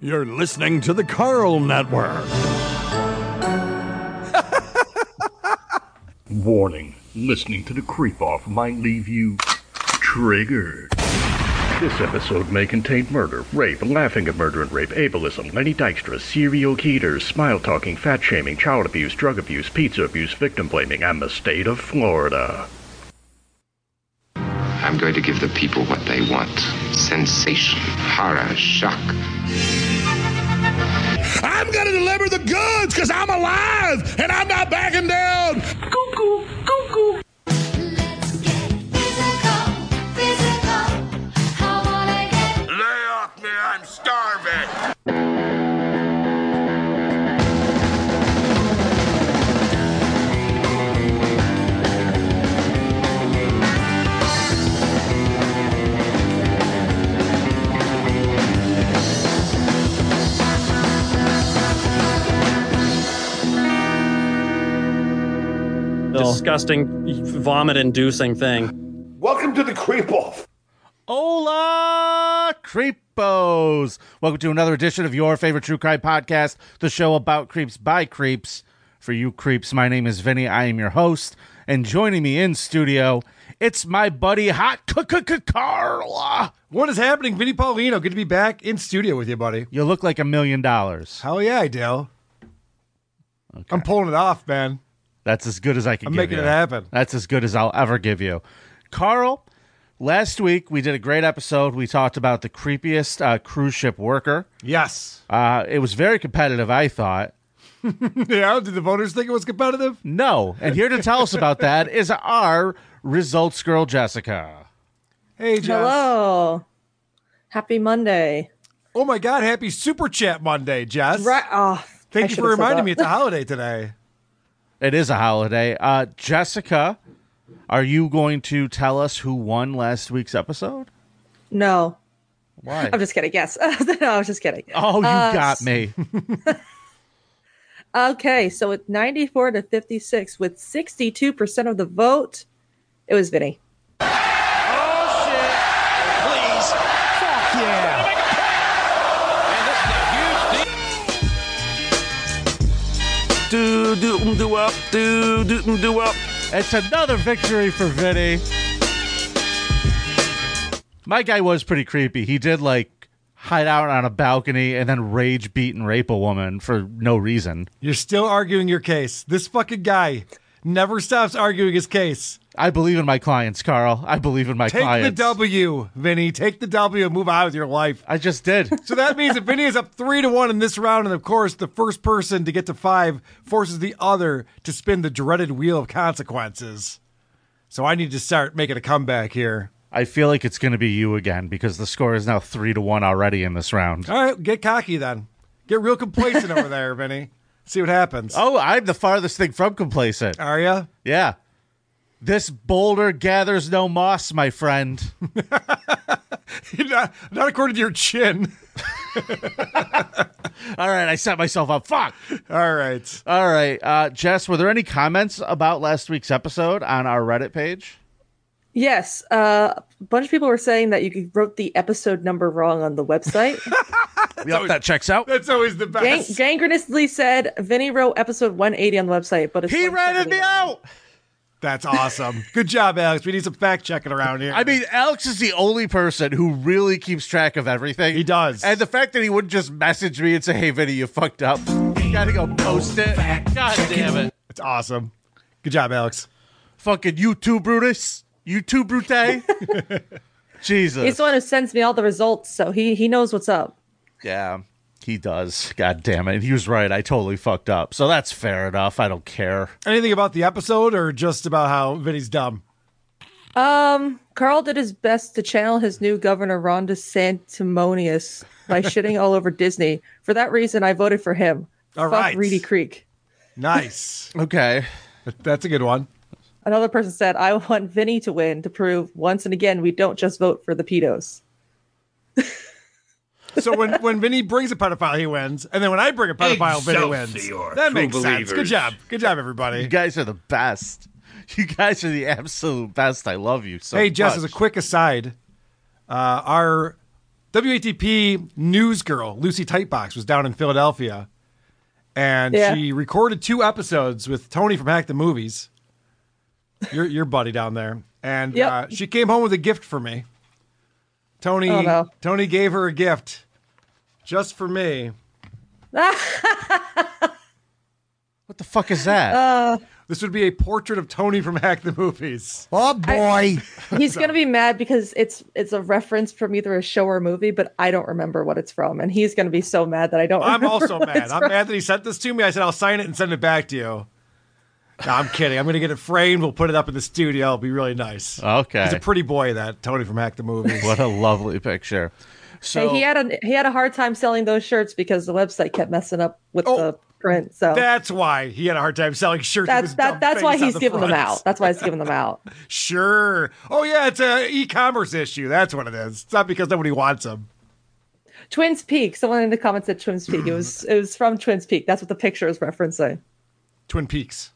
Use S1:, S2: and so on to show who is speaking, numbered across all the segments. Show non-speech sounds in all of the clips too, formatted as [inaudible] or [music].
S1: You're listening to the Carl Network.
S2: Warning listening to the creep off might leave you triggered. This episode may contain murder, rape, laughing at murder and rape, ableism, Lenny Dykstra, serial keeters, smile talking, fat shaming, child abuse, drug abuse, pizza abuse, victim blaming, and the state of Florida.
S3: I'm going to give the people what they want sensation, horror, shock.
S4: I'm going to deliver the goods because I'm alive and I'm not backing down.
S5: Let's get physical, physical. I wanna get
S4: Lay off me, I'm starving.
S6: disgusting, vomit-inducing thing.
S7: Welcome to the creep off.
S8: Hola, creepos! Welcome to another edition of your favorite true crime podcast, the show about creeps by creeps. For you creeps, my name is Vinny. I am your host, and joining me in studio, it's my buddy Hot Carla.
S9: What is happening, Vinny Paulino? Good to be back in studio with you, buddy.
S8: You look like a million dollars.
S9: Hell yeah, I do. I'm pulling it off, man.
S8: That's as good as I can.
S9: I'm
S8: give
S9: making
S8: you.
S9: it happen.
S8: That's as good as I'll ever give you, Carl. Last week we did a great episode. We talked about the creepiest uh, cruise ship worker.
S9: Yes. [laughs]
S8: Uh, it was very competitive, I thought.
S9: Yeah. Oh, Did the voters think it was competitive?
S8: No. And here to tell us about
S9: [laughs]
S8: that is our results girl, Jessica.
S9: Hey, Jess.
S10: Hello. Oh, Happy Monday.
S9: Oh my God! Happy Super Chat Monday, Jess.
S10: Right. Oh, I
S9: Thank you
S10: should've
S9: for
S10: said
S9: reminding
S10: that.
S9: me
S10: [laughs]
S9: it's a holiday today.
S8: It is a holiday. Uh, Jessica, are you going to tell us who won last week's episode?
S10: No,
S8: Why?
S10: I'm just kidding. Yes. [laughs] no, I was just kidding.
S8: oh, you
S10: Uh,
S8: got me.
S10: Okay. So with 94 to 56, with 62% of the vote, it was Vinny.
S8: Oh,
S1: Do do do up, do do do up.
S8: it's another victory for Vinny. My guy was pretty creepy. He did like hide out on a balcony and then rage beat and rape a woman for no reason.
S9: You're still arguing your case. This fucking guy never stops arguing his case.
S8: I believe in my clients, Carl. I believe in my
S9: Take
S8: clients.
S9: the W, Vinny. Take the W and move on with your life.
S8: I just did.
S9: [laughs] So that means that Vinny is up three to one in this round, and of course, the first person to get to five forces the other to spin the dreaded wheel of consequences. So I need to start making a comeback here.
S8: I feel like it's going to be you again because the score is now three to one already in this round.
S9: All right, get cocky then. Get real complacent
S8: [laughs]
S9: over there, Vinny. See what happens.
S8: Oh, I'm the farthest thing from complacent.
S9: Are ya?
S8: Yeah. This boulder gathers no moss, my friend.
S9: [laughs] not, not according to your chin. [laughs]
S8: All right, I set myself up. Fuck.
S9: All right.
S8: All right, uh, Jess, were there any comments about last week's episode on our Reddit page?
S10: Yes. Uh, a bunch of people were saying that you wrote the episode number wrong on
S8: [laughs]
S10: the website.
S8: Yep, that checks out.
S9: That's always the
S10: Gang-
S9: best.
S10: gangrenously said Vinny wrote episode 180 on the website, but it's
S8: He ratted
S10: 179.
S8: me out.
S9: That's awesome. [laughs] Good job, Alex. We need some fact checking around here.
S8: I mean, Alex is the only person who really keeps track of everything.
S9: He does.
S8: And the fact that he wouldn't just message me and say, hey, Vinny, you fucked up. You gotta go post it. God damn it.
S9: it's awesome. Good job, Alex.
S8: Fucking you too, Brutus. You too, Brute.
S9: [laughs]
S8: Jesus.
S10: He's the one who sends me all the results, so he he knows what's up.
S8: yeah, he does. God damn it. He was right. I totally fucked up. So that's fair enough. I don't care.
S9: Anything about the episode or just about how Vinny's dumb?
S10: Um, Carl did his best to channel his new governor, Ron DeSantimonious,
S9: [laughs]
S10: by shitting all over Disney. For that reason, I voted for him.
S9: All
S10: Fuck
S9: right.
S10: Reedy Creek.
S9: Nice.
S8: [laughs] Okay.
S9: That's a good one.
S10: Another person said, I want Vinny to win to prove once and again we don't just vote for the pedos.
S9: So when, when Vinny brings a pedophile, he wins. And then when I bring a pedophile, Vinny
S4: Excelsior,
S9: wins.
S4: true
S9: That makes sense. Good
S4: believers.
S9: job. Good job,
S8: You
S9: everybody.
S8: guys are the best. You guys are the absolute best. I love you so
S9: Hey, Jess, as a
S8: much.
S9: quick aside, uh, our WATP news girl Lucy Tightbox was down in Philadelphia, and
S10: Yeah.
S9: she recorded two episodes with Tony from Hack the Movies, your your buddy down there, and
S10: Yep.
S9: uh, she came home with a gift for me. Tony
S10: Oh, no.
S9: Tony gave her a gift just for me.
S8: What the fuck is that?
S10: Uh,
S9: This would be a portrait of Tony from Hack the Movies.
S11: Oh boy.
S9: [laughs]
S10: He's gonna be mad because it's it's a reference from either a show or movie, but I don't remember what it's from, and he's gonna be so mad that I don't.
S9: I'm
S10: remember [laughs]
S9: also
S10: what
S9: mad.
S10: it's
S9: I'm
S10: from.
S9: mad that he sent this to me. I said I'll sign it and send it back to you. No, I'm kidding. I'm gonna get it framed. We'll put it up in the studio. It'll be really nice.
S8: okay.
S9: He's a pretty boy, that Tony from Hack the Movies.
S8: what a lovely picture. So
S10: Hey, he had a he had a hard time selling those shirts because the website kept messing up with
S9: Oh.
S10: the print. So
S9: That's why he had a hard time selling shirts. with
S10: that's
S9: his
S10: that,
S9: dumb
S10: that's why
S9: face on
S10: he's
S9: the
S10: giving them
S9: front.
S10: out. That's why he's giving
S9: [laughs]
S10: them out.
S9: Sure. Oh yeah, it's a e-commerce issue. That's what it is. It's not because nobody wants them.
S10: Twins Peak. Someone in the comments said Twins Peak. It was it was from Twins Peak. That's what the picture is referencing.
S9: Twin Peaks.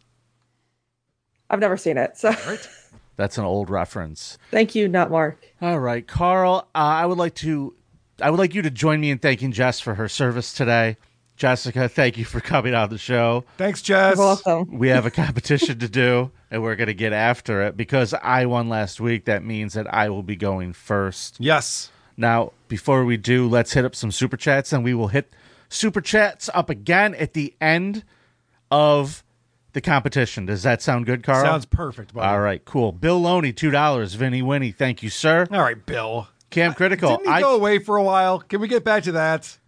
S10: I've never seen it, so [laughs]
S8: that's an old reference.
S10: thank you, not Mark.
S8: All right, Carl. Uh, I would like to, I would like you to join me in thanking Jess for her service today. Jessica, thank you for coming on the show.
S9: Thanks, Jess.
S10: You're welcome.
S8: We have a competition to do, and we're going to get after it because I won last week. That means that I will be going first.
S9: Yes.
S8: Now, before we do, let's hit up some super chats, and we will hit super chats up again at the end of the competition. Does that sound good, Carl?
S9: Sounds perfect, buddy.
S8: All right, cool. Bill Loney, two dollars. Vinny Winnie, thank you, sir.
S9: All right, Bill.
S8: Cam Critical.
S9: Didn't he
S8: I-
S9: go away for a while? Can we get back to that?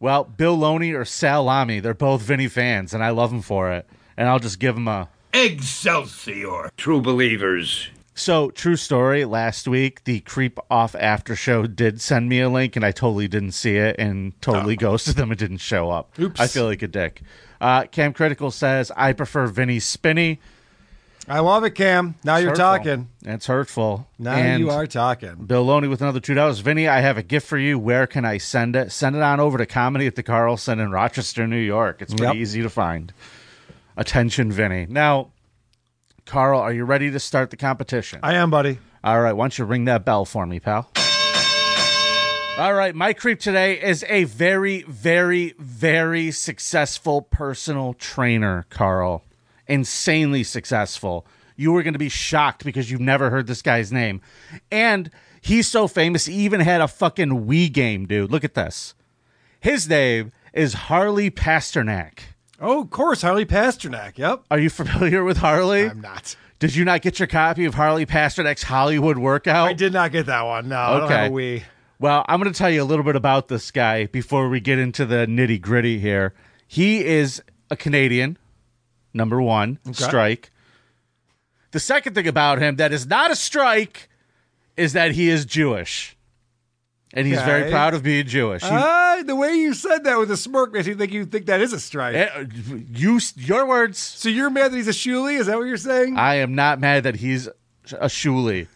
S8: Well, Bill Loney or Sal Lamy, they're both Vinny fans, and I love them for it. And I'll just give them a.
S11: Excelsior.
S3: True believers.
S8: So, true story, last week, the Creep Off After Show did send me a link, and I totally didn't see it and totally ghosted them and didn't show up.
S9: Oops.
S8: I feel like a dick. Uh, Cam Critical says, I prefer Vinny Spinny.
S9: I love it, Cam. Now you're
S8: Hurtful.
S9: talking.
S8: That's hurtful.
S9: Now
S8: and
S9: you are talking.
S8: Bill Loney with another $2. Vinny, I have a gift for you. Where can I send it? Send it on over to Comedy at the Carlson in Rochester, New York. It's pretty
S9: Yep.
S8: easy to find. Attention, Vinny. Now, Carl, are you ready to start the competition?
S9: I am, buddy.
S8: All right, why don't you ring that bell for me, pal? All right, my creep today is a very, very, very successful personal trainer, Carl. Insanely successful. You were going to be shocked because you've never heard this guy's name. And he's so famous, he even had a fucking Wii game, dude. Look at this. His name is Harley Pasternak.
S9: Oh, of course, Harley Pasternak. Yep.
S8: Are you familiar with Harley?
S9: I'm not.
S8: Did you not get your copy of Harley Pasternak's Hollywood Workout?
S9: I did not get that one. No, I don't
S8: Okay.
S9: have a Wii.
S8: Well, I'm going to tell you a little bit about this guy before we get into the nitty gritty here. He is a Canadian, number one, strike. The second thing about him that is not a strike is that he is Jewish. And he's very
S9: Okay.
S8: proud of being Jewish. He-
S9: Ah, the way you said that with a smirk makes me think you think that is a strike.
S8: eh, you, your words.
S9: so you're mad that he's a shuli? Is that what you're saying?
S8: I am not mad that he's a shuli.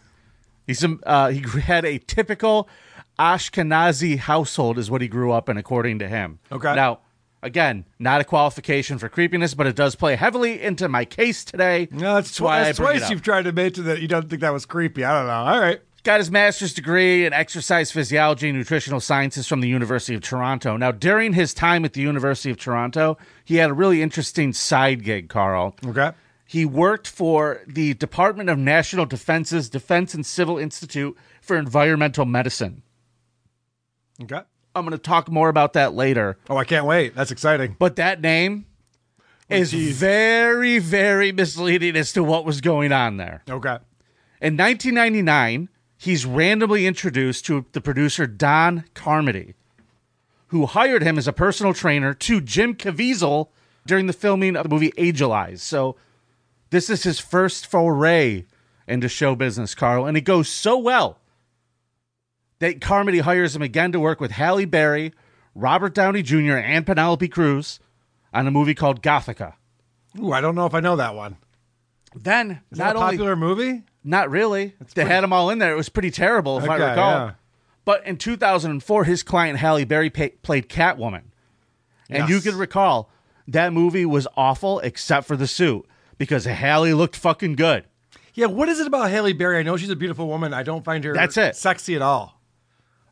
S8: He's a, uh, he had a typical Ashkenazi household, is what he grew up in, according to him.
S9: Okay.
S8: Now, again, not a qualification for creepiness, but it does play heavily into my case today.
S9: no, that's, tw-
S8: why
S9: that's
S8: I bring it
S9: twice
S8: up.
S9: you've tried to mention that you don't think that was creepy. I don't know. All right.
S8: Got his master's degree in exercise physiology and nutritional sciences from the University of Toronto. Now, during his time at the University of Toronto, he had a really interesting side gig, Carl.
S9: Okay.
S8: He worked for the Department of National Defense's Defense and Civil Institute for Environmental Medicine.
S9: Okay.
S8: I'm going to talk more about that later.
S9: Oh, I can't wait. That's exciting.
S8: But that name is
S9: geez.
S8: very, very misleading as to what was going on there.
S9: Okay.
S8: In 1999, he's randomly introduced to the producer Don Carmody, who hired him as a personal trainer to Jim Caviezel during the filming of the movie Angelize. So this is his first foray into show business, Carl, and it goes so well that Carmody hires him again to work with Halle Berry, Robert Downey Jr., and Penelope Cruz on a movie called Gothica.
S9: Ooh, I don't know if I know that one.
S8: Then,
S9: Is
S8: not
S9: that a
S8: only
S9: popular movie?
S8: not really. they had them all in there. It was pretty terrible, if I
S9: Okay,
S8: recall.
S9: yeah.
S8: But in 2004, his client Halle Berry pa- played Catwoman, and you
S9: Yes.
S8: can recall that movie was awful except for the suit because Halle looked fucking good.
S9: Yeah, what is it about Haley Berry? I know she's a beautiful woman. I don't find her
S8: That's it.
S9: sexy at all.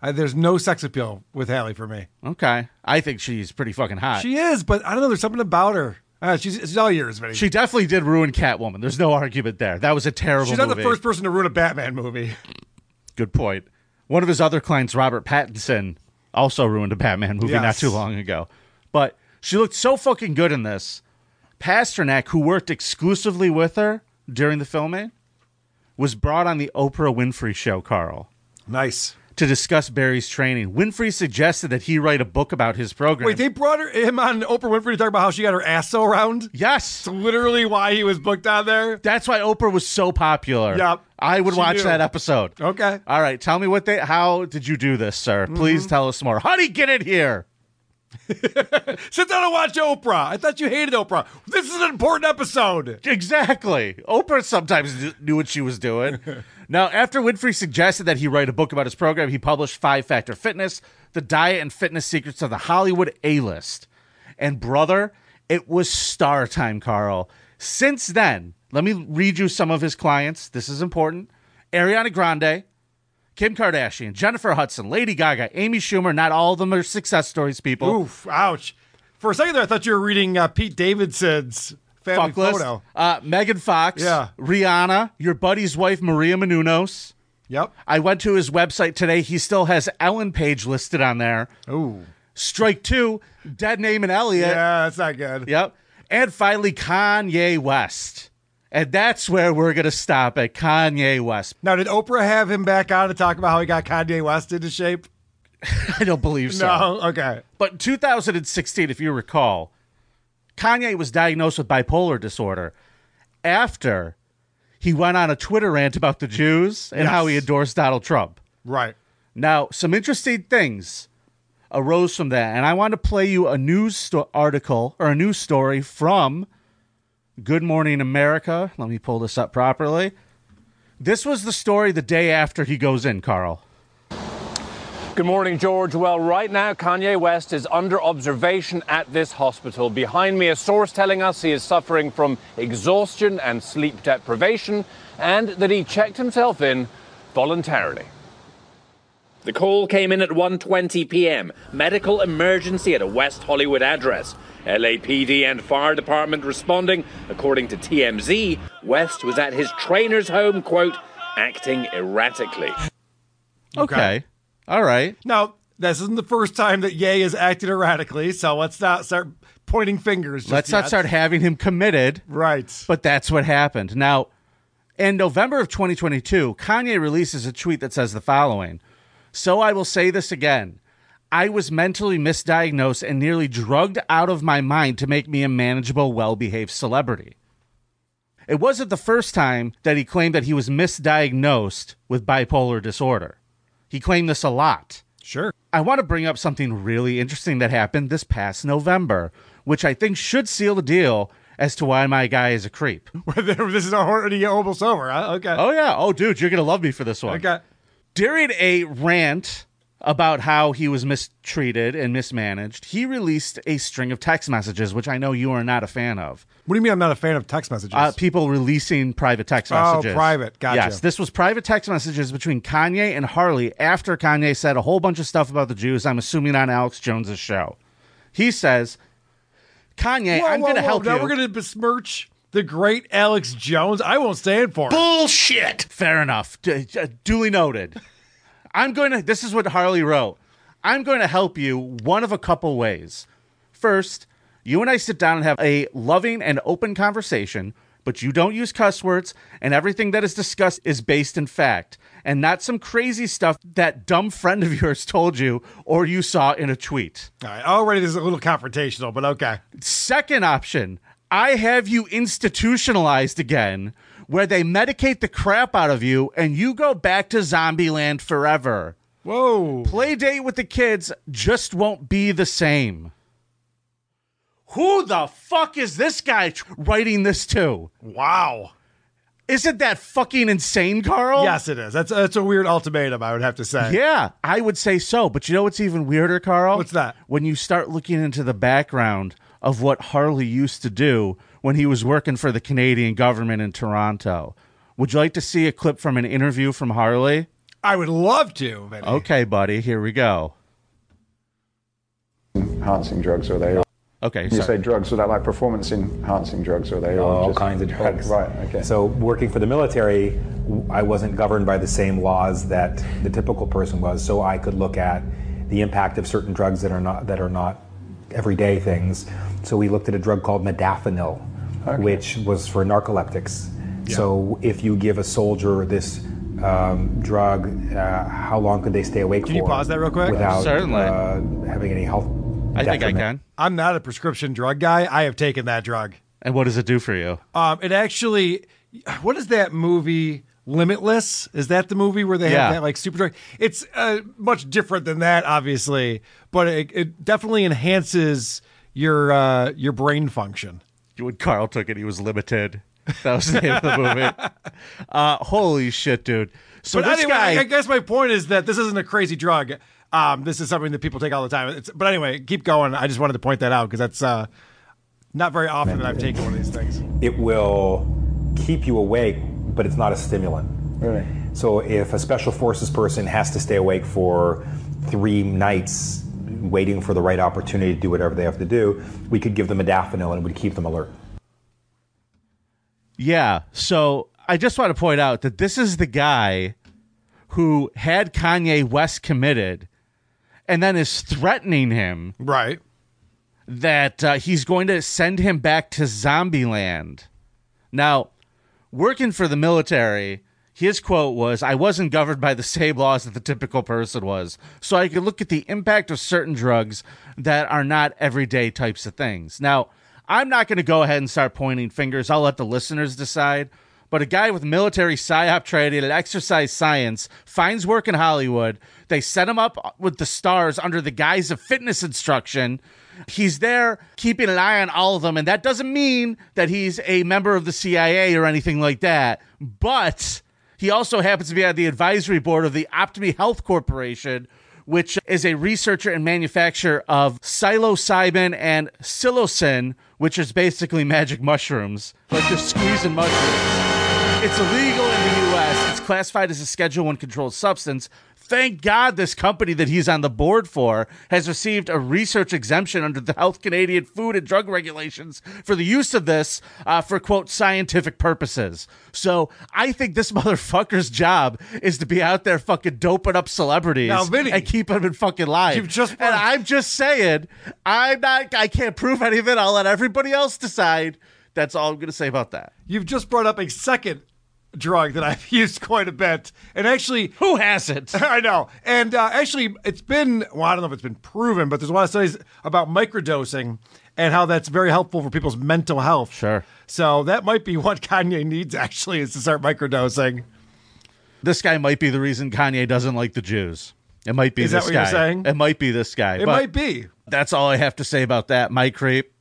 S9: I, there's no sex appeal with Hallie for me.
S8: Okay, I think she's pretty fucking hot.
S9: She is, but I don't know. There's something about her. Uh, she's, she's all yours, Vinny.
S8: She definitely did ruin Catwoman. There's no argument there. That was a terrible.
S9: She's not
S8: movie.
S9: the first person to ruin a Batman movie. [laughs]
S8: Good point. One of his other clients, Robert Pattinson, also ruined a Batman movie not
S9: Yes.
S8: too long ago. But she looked so fucking good in this. Pasternak, who worked exclusively with her during the filming, was brought on the Oprah Winfrey show, Carl.
S9: Nice.
S8: To discuss Barry's training. Winfrey suggested that he write a book about his program.
S9: Wait, they brought her, him on Oprah Winfrey to talk about how she got her ass so round?
S8: Yes.
S9: It's literally why he was booked on there.
S8: That's why Oprah was so popular.
S9: Yep.
S8: I would
S9: She
S8: watch
S9: knew.
S8: that episode.
S9: Okay. Mm-hmm.
S8: All right, tell me what they how did you do this, sir? Please tell us more. How do you get in here?
S9: Sit down and watch Oprah. I thought you hated Oprah. This is an important episode.
S8: Exactly. Oprah sometimes kn- knew what she
S9: [laughs]
S8: was doing. now, after Winfrey suggested that he write a book about his program, he published Five Factor Fitness, The Diet and Fitness Secrets of the Hollywood A List. And, brother, it was star time, Carl. Since then, let me read you some of his clients. This is important Ariana Grande, Kim Kardashian, Jennifer Hudson, Lady Gaga, Amy Schumer. Not all of them are success stories, people.
S9: Oof, ouch. For a second there, I thought you were reading uh, Pete Davidson's family
S8: Fuck list.
S9: photo.
S8: Uh, Megan Fox.
S9: Yeah.
S8: Rihanna, your buddy's wife, Maria Menounos.
S9: Yep.
S8: I went to his website today. He still has Ellen Page listed on there.
S9: Ooh.
S8: Strike two, Dead Name and Elliot.
S9: Yeah, that's not good.
S8: Yep. And finally, Kanye West. And that's where we're going to stop at Kanye West.
S9: Now, did Oprah have him back on to talk about how he got Kanye West into shape?
S8: [laughs] I don't believe so.
S9: No, okay.
S8: But in 2016, if you recall, Kanye was diagnosed with bipolar disorder after he went on a Twitter rant about the Jews and how he
S9: Yes.
S8: endorsed Donald Trump.
S9: Right.
S8: Now, some interesting things arose from that, and I want to play you a news sto- article or a news story from Good Morning America. Let me pull this up properly. This was the story the day after he goes in, Carl.
S12: Good morning, George. Well, right now, Kanye West is under observation at this hospital. Behind me, a source telling us he is suffering from exhaustion and sleep deprivation, and that he checked himself in voluntarily.
S13: The call came in at 1:20 p.m. Medical emergency at a West Hollywood address. LAPD and fire department responding. According to TMZ, West was at his trainer's home, quote, acting erratically.
S8: Okay. All right.
S9: Now, this isn't the first time that Ye is acted erratically, so let's not start pointing fingers. just
S8: Let's
S9: yet.
S8: not
S9: [laughs]
S8: start having him committed.
S9: Right.
S8: But that's what happened. Now, in November of 2022, Kanye releases a tweet that says the following So I will say this again. I was mentally misdiagnosed and nearly drugged out of my mind to make me a manageable, well behaved celebrity. It wasn't the first time that he claimed that he was misdiagnosed with bipolar disorder. He claimed this a lot.
S9: Sure.
S8: I want to bring up something really interesting that happened this past November, which I think should seal the deal as to why my guy is a creep.
S9: this is already almost over. Huh? Okay.
S8: Oh, yeah. Oh, dude, you're going to love me for this one.
S9: Okay.
S8: During a rant about how he was mistreated and mismanaged, he released a string of text messages, which I know you are not a fan of.
S9: What do you mean I'm not a fan of text messages?
S8: Uh, people releasing private text
S9: Oh,
S8: messages.
S9: private. Gotcha.
S8: Yes, this was private text messages between Kanye and Harley after Kanye said a whole bunch of stuff about the Jews. I'm assuming on Alex Jones's show. He says, "Kanye,
S9: Whoa,
S8: I'm
S9: whoa,
S8: going to
S9: whoa,
S8: help
S9: now
S8: you."
S9: we're going to besmirch the great Alex Jones. I won't stand for it.
S8: Bullshit. Fair enough. D- d- duly noted. I'm going to. This is what Harley wrote. I'm going to help you one of a couple ways. First, you and I sit down and have a loving and open conversation, but you don't use cuss words, and everything that is discussed is based in fact and not some crazy stuff that dumb friend of [laughs] yours told you or you saw in a tweet.
S9: All right, already this is a little confrontational, but okay.
S8: Second option, I have you institutionalized again, where they medicate the crap out of you and you go back to Zombieland forever.
S9: Whoa.
S8: Play date with the kids just won't be the same. Who the fuck is this guy tr- writing this to?
S9: Wow.
S8: Isn't that fucking insane, Carl?
S9: Yes, it is. That's that's a weird ultimatum, I would have to say.
S8: Yeah, I would say so. But you know what's even weirder, Carl?
S9: What's that?
S8: When you start looking into the background of what Harley used to do when he was working for the Canadian government in Toronto. Would you like to see a clip from an interview from Harley?
S9: I would love to. But
S8: Okay, buddy, here we go.
S14: enhancing drugs are they?
S8: Okay,
S14: You
S8: sorry.
S14: say drugs, so that like performance enhancing drugs are they? or
S15: all
S14: just-
S15: kinds of drugs.
S14: Right. Okay.
S15: So working for the military, w- I wasn't governed by the same laws that the typical person was. So I could look at the impact of certain drugs that are not that are not everyday things. So we looked at a drug called modafinil, which was for narcoleptics. So if you give a soldier this um, drug, uh, how long could they stay awake
S9: Can
S15: for?
S9: you pause that real quick?
S15: Without
S9: Certainly.
S15: Uh, having any health. detriment?
S9: I'm not a prescription drug guy. I have taken that drug.
S8: And what does it do for you?
S9: Um, it actually, what is that movie? Limitless is that the movie where they
S8: Yeah.
S9: have that like super drug? It's uh, much different than that, obviously, but it, it definitely enhances your uh, your brain function.
S8: When Carl took it, he was limited. That was the name of
S9: [laughs]
S8: the movie. [laughs] Uh, holy shit, dude! So
S9: but
S8: this
S9: anyway,
S8: guy,
S9: I guess my point is that this isn't a crazy drug. Um, this is something that people take all the time. It's, but anyway, keep going. I just wanted to point that out because that's uh, not very often that I've taken one of these things.
S15: it will keep you awake, but it's not a stimulant.
S14: Really?
S15: So if a special forces person has to stay awake for three nights waiting for the right opportunity to do whatever they have to do, we could give them a daffodil and it would keep them alert.
S8: yeah. So I just want to point out that this is the guy who had Kanye West committed, and then is threatening him,
S9: right?
S8: That uh, he's going to send him back to Zombieland. Now, working for the military, his quote was, I wasn't governed by the same laws that the typical person was. So I could look at the impact of certain drugs that are not everyday types of things. Now, I'm not going to go ahead and start pointing fingers. I'll let the listeners decide. But a guy with military psyop training and exercise science finds work in Hollywood. They set him up with the stars under the guise of fitness instruction. He's there keeping an eye on all of them. And that doesn't mean that he's a member of the CIA or anything like that. But he also happens to be on the advisory board of the Optimi Health Corporation, which is a researcher and manufacturer of psilocybin and psilocin, which is basically magic mushrooms. Like they're squeezing mushrooms. It's illegal in the U.S. It's classified as a Schedule One controlled substance. Thank God this company that he's on the board for has received a research exemption under the Health Canadian Food and Drug Regulations for the use of this uh, for quote scientific purposes. So I think this [laughs] motherfucker's job is to be out there fucking doping up celebrities
S9: Now, Vinny,
S8: and keep them in fucking life. and I'm just saying, I'm not. I can't prove any of it. I'll let everybody else decide. That's all I'm gonna say about that.
S9: You've just brought up a second drug that I've [laughs] used quite a bit, and actually,
S8: who
S9: [laughs]
S8: hasn't?
S9: I know, and uh, actually, it's been well, I don't know if it's been proven, but there's a lot of studies about microdosing and how that's very helpful for people's mental health.
S8: Sure.
S9: So that might be what Kanye needs actually is to start microdosing.
S8: This guy might be the reason Kanye doesn't like the Jews. It might be
S9: Is that
S8: this
S9: what
S8: guy.
S9: you're saying?
S8: It might be this guy.
S9: It
S8: But
S9: might be.
S8: That's all I have to say about that. My creep,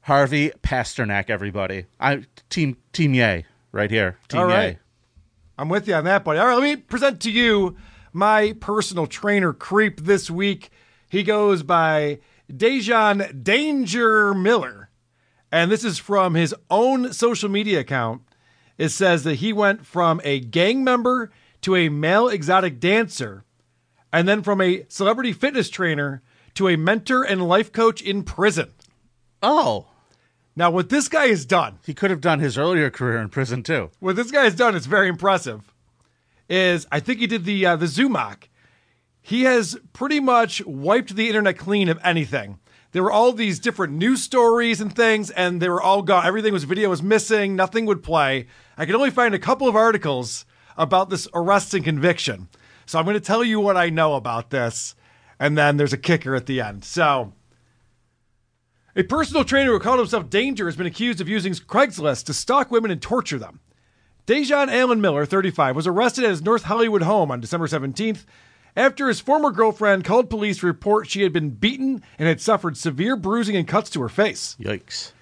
S8: Harvey Pasternak. Everybody, I team team yay right here. Team
S9: All
S8: yay.
S9: right. I'm with you on that, buddy. All right, let me present to you my personal trainer creep this week. He goes by Dejan Danger Miller. And this is from his own social media account. It says that he went from a gang member to a male exotic dancer, and then from a celebrity fitness trainer to a mentor and life coach in prison.
S8: Oh.
S9: Now, what this guy has done,
S8: he could have done his earlier career in prison too.
S9: What this guy has done is very impressive. Is I think he did the uh, the Zumach. He has pretty much wiped the internet clean of anything. There were all these different news stories and things, and they were all gone. Everything was video was missing. Nothing would play. I could only find a couple of articles about this arrest and conviction. So I'm going to tell you what I know about this, and then there's a kicker at the end. So. A personal trainer who called himself Danger has been accused of using Craigslist to stalk women and torture them. Dejan Allen Miller, 35, was arrested at his North Hollywood home on December 17th after his former girlfriend called police to report she had been beaten and had suffered severe bruising and cuts to her face.
S8: Yikes.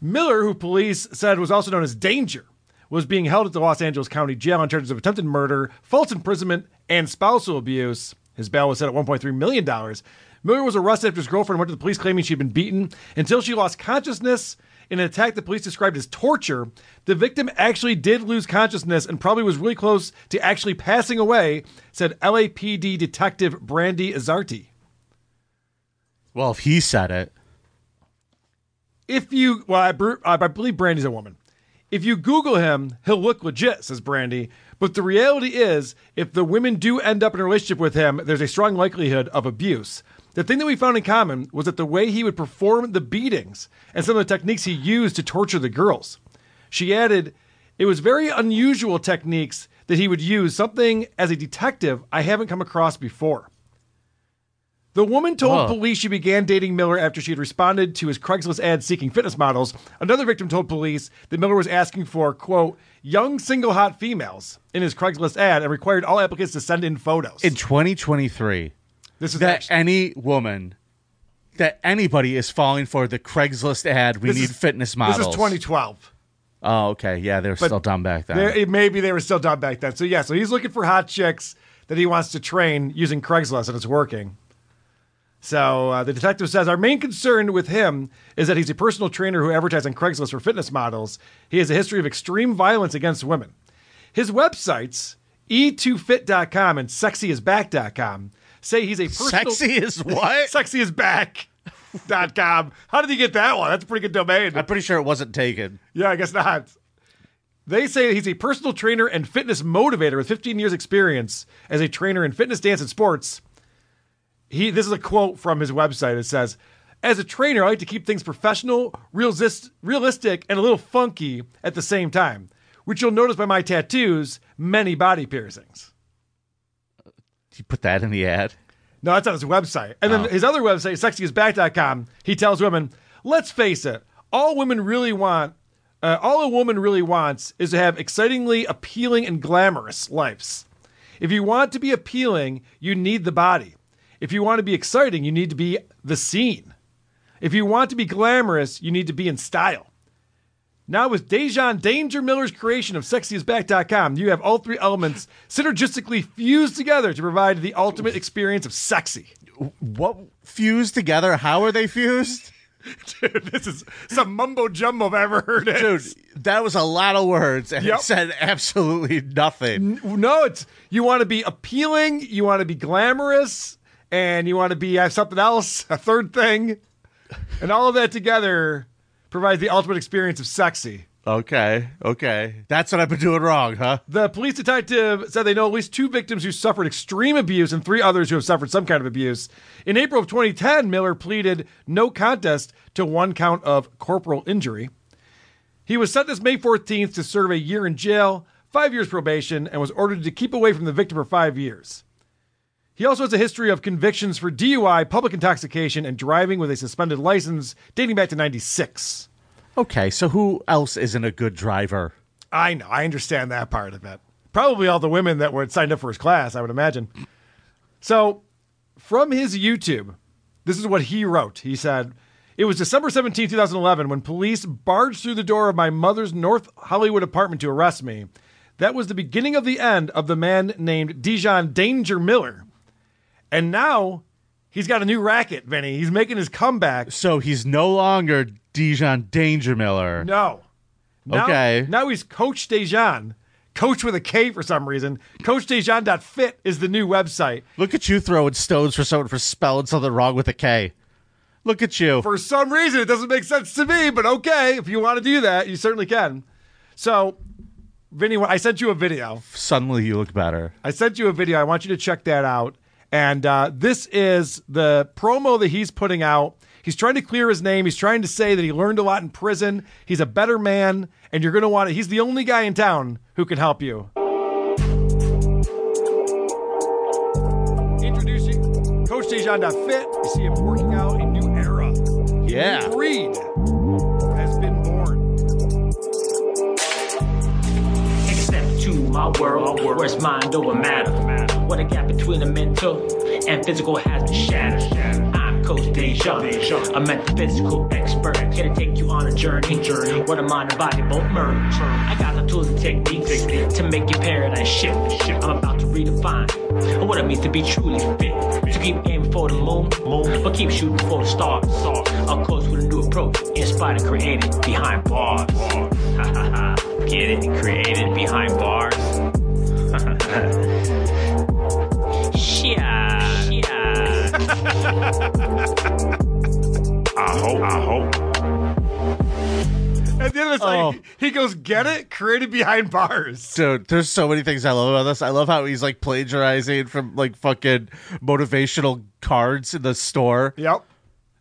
S9: Miller, who police said was also known as Danger, was being held at the Los Angeles County Jail on charges of attempted murder, false imprisonment, and spousal abuse. His bail was set at $1.3 million. Miller was arrested after his girlfriend went to the police claiming she'd been beaten until she lost consciousness in an attack the police described as torture. The victim actually did lose consciousness and probably was really close to actually passing away, said LAPD Detective Brandy Azarti.
S8: Well, if he said it,
S9: If you, well, I, br- I I believe Brandy's a woman. If you Google him, he'll look legit, says Brandy. But the reality is, if the women do end up in a relationship with him, there's a strong likelihood of abuse. The thing that we found in common was that the way he would perform the beatings and some of the techniques he used to torture the girls. She added, it was very unusual techniques that he would use, something as a detective I haven't come across before. The woman told
S16: Huh.
S9: police she began dating Miller after she had responded to his Craigslist ad seeking fitness models. Another victim told police that Miller was asking for, quote, young single hot females in his Craigslist ad and required all applicants to send in photos.
S8: in 2023,
S9: this
S8: is that any woman, that anybody is falling for the Craigslist ad. We
S9: This
S8: need
S9: is-
S8: fitness models.
S9: This is 2012.
S8: Oh, okay. Yeah, they're
S9: But
S8: still dumb back then.
S9: There, it- maybe they were still dumb back then. So, yeah, so he's looking for hot chicks that he wants to train using Craigslist, and it's working. So uh, the detective says our main concern with him is that he's a personal trainer who advertises on Craigslist for fitness models. He has a history of extreme violence against women. His websites, e e2fit.com and sexyisback.com, say he's a personal.
S8: Sexy is
S9: [laughs]
S8: what?
S9: Sexy is back. Dot com. How did he get that one? That's a pretty good domain. I'm
S8: pretty sure it wasn't taken.
S9: Yeah, I guess not. They say he's a personal trainer and fitness motivator with 15 years' experience as a trainer in fitness, dance, and sports. He this is a quote from his website. It says, "As a trainer, I like to keep things professional, realist, realistic, and a little funky at the same time, which you'll notice by my tattoos, many body piercings."
S8: Did you put that in the ad?
S9: No, that's on his website. And then
S8: Oh.
S9: his other website, sexyisback.com, he tells women, let's face it, all women really want, uh, all a woman really wants is to have excitingly appealing and glamorous lives. If you want to be appealing, you need the body. If you want to be exciting, you need to be the scene. If you want to be glamorous, you need to be in style. Now with Dejan Danger Miller's creation of sexyisback.com, you have all three elements synergistically fused together to provide the ultimate experience of sexy.
S8: What fused together? How are they fused?
S9: [laughs] Dude, this is some mumbo jumbo I've ever heard.
S8: Dude, that was a lot of words and
S9: Yep.
S8: it said absolutely nothing.
S9: No, it's you want to be appealing, you want to be glamorous, and you want to be have something else, a third thing. And all of that together provides the ultimate experience of sexy.
S8: Okay, okay. That's what I've been doing wrong, huh?
S9: The police detective said they know at least two victims who suffered extreme abuse and three others who have suffered some kind of abuse. In April of 2010, Miller pleaded no contest to one count of corporal injury. He was sentenced May 14th to serve a year in jail, five years probation, and was ordered to keep away from the victim for five years. He also has a history of convictions for DUI, public intoxication, and driving with a suspended license dating back to 96.
S8: Okay, so who else isn't a good driver?
S9: I know. I understand that part of it. Probably all the women that were signed up for his class, I would imagine. So, from his YouTube, this is what he wrote. He said, It was December 17, 2011, when police barged through the door of my mother's North Hollywood apartment to arrest me. That was the beginning of the end of the man named Dijon Danger Miller. And now he's got a new racket, Vinny. He's making his comeback.
S8: So he's no longer Dijon Danger Miller.
S9: No. Now,
S8: Okay.
S9: Now he's Coach Dejan. Coach with a K for some reason. CoachDejan.fit is the new website.
S8: Look at you throwing stones for someone for spelling something wrong with a K. Look at you.
S9: For some reason, it doesn't make sense to me, but okay. If you want to do that, you certainly can. So, Vinny, I sent you a video.
S8: Suddenly you look better.
S9: I sent you a video. I want you to check that out. And uh, this is the promo that he's putting out. He's trying to clear his name. He's trying to say that he learned a lot in prison. He's a better man, and you're going to want to. He's the only guy in town who can help you. Introducing Coach Dejan.fit. You see him working out a new era.
S8: Yeah.
S9: New breed has been born.
S17: Except to my world, where it's mind over matter. What a gap between the mental and physical has been shattered. I'm Coach Deja, a metaphysical expert. Gonna take you on a journey, journey where the mind and body both merge. I got the tools and techniques to make your paradise shift. I'm about to redefine and what it means to be truly fit. To keep aiming for the moon, moon, but keep shooting for the stars. Of course, with a new approach, inspired and created behind bars. [laughs] Get it? Created behind bars. [laughs] Shit.
S4: I hope. I hope.
S9: At the end of it's
S8: Oh.
S9: like he goes, "Get it? Created behind bars."
S8: Dude, there's so many things I love about this. I love how he's like plagiarizing from like fucking motivational cards in the store.
S9: Yep.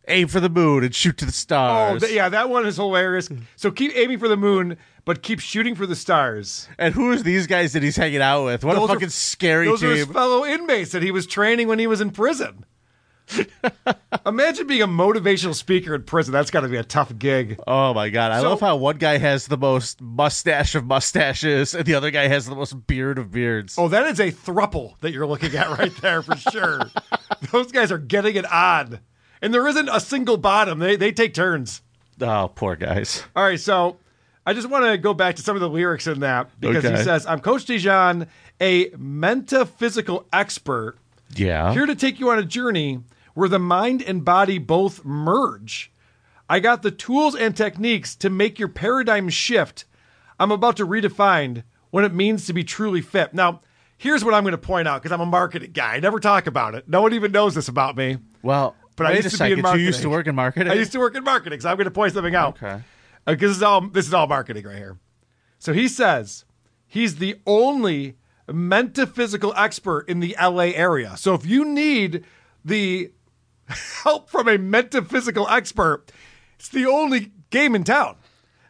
S8: Aim for the moon and shoot to the
S9: Oh,
S8: stars.
S9: th- yeah, that one is hilarious. So keep aiming for the moon, but keep shooting for the stars.
S8: And who is these guys that he's hanging out with? What a
S9: Those are-
S8: fucking scary
S9: Those are his
S8: team.
S9: fellow inmates that he was training when he was in prison. Imagine being a motivational speaker in prison. That's got to be a tough gig.
S8: Oh my god! I
S9: So-
S8: love how one guy has the most mustache of mustaches, and the other guy has the most beard of beards.
S9: Oh, that is a thruple that you're looking at right there for
S8: [laughs]
S9: sure. Those guys are getting it on. And there isn't a single bottom. They they take turns.
S8: Oh, poor guys.
S9: All right, so I just want to go back to some of the lyrics in that because
S8: Okay.
S9: he says, "I'm Coach Dijon, a metaphysical expert,
S8: Yeah.
S9: here to take you on a journey where the mind and body both merge. I got the tools and techniques to make your paradigm shift. I'm about to redefine what it means to be truly fit." Now, here's what I'm going to point out because I'm a marketing guy. I never talk about it. No one even knows this about me.
S8: Well,
S9: But I
S8: wait
S9: used
S8: a
S9: to be in
S8: second. You used
S9: marketing.
S8: to work in marketing.
S9: I used to work in marketing, so I'm going to point something out.
S8: Okay.
S9: Because this is all this is all marketing right here. So he says he's the only metaphysical expert in the LA area. So if you need the [laughs] help from a metaphysical expert, it's the only game in town.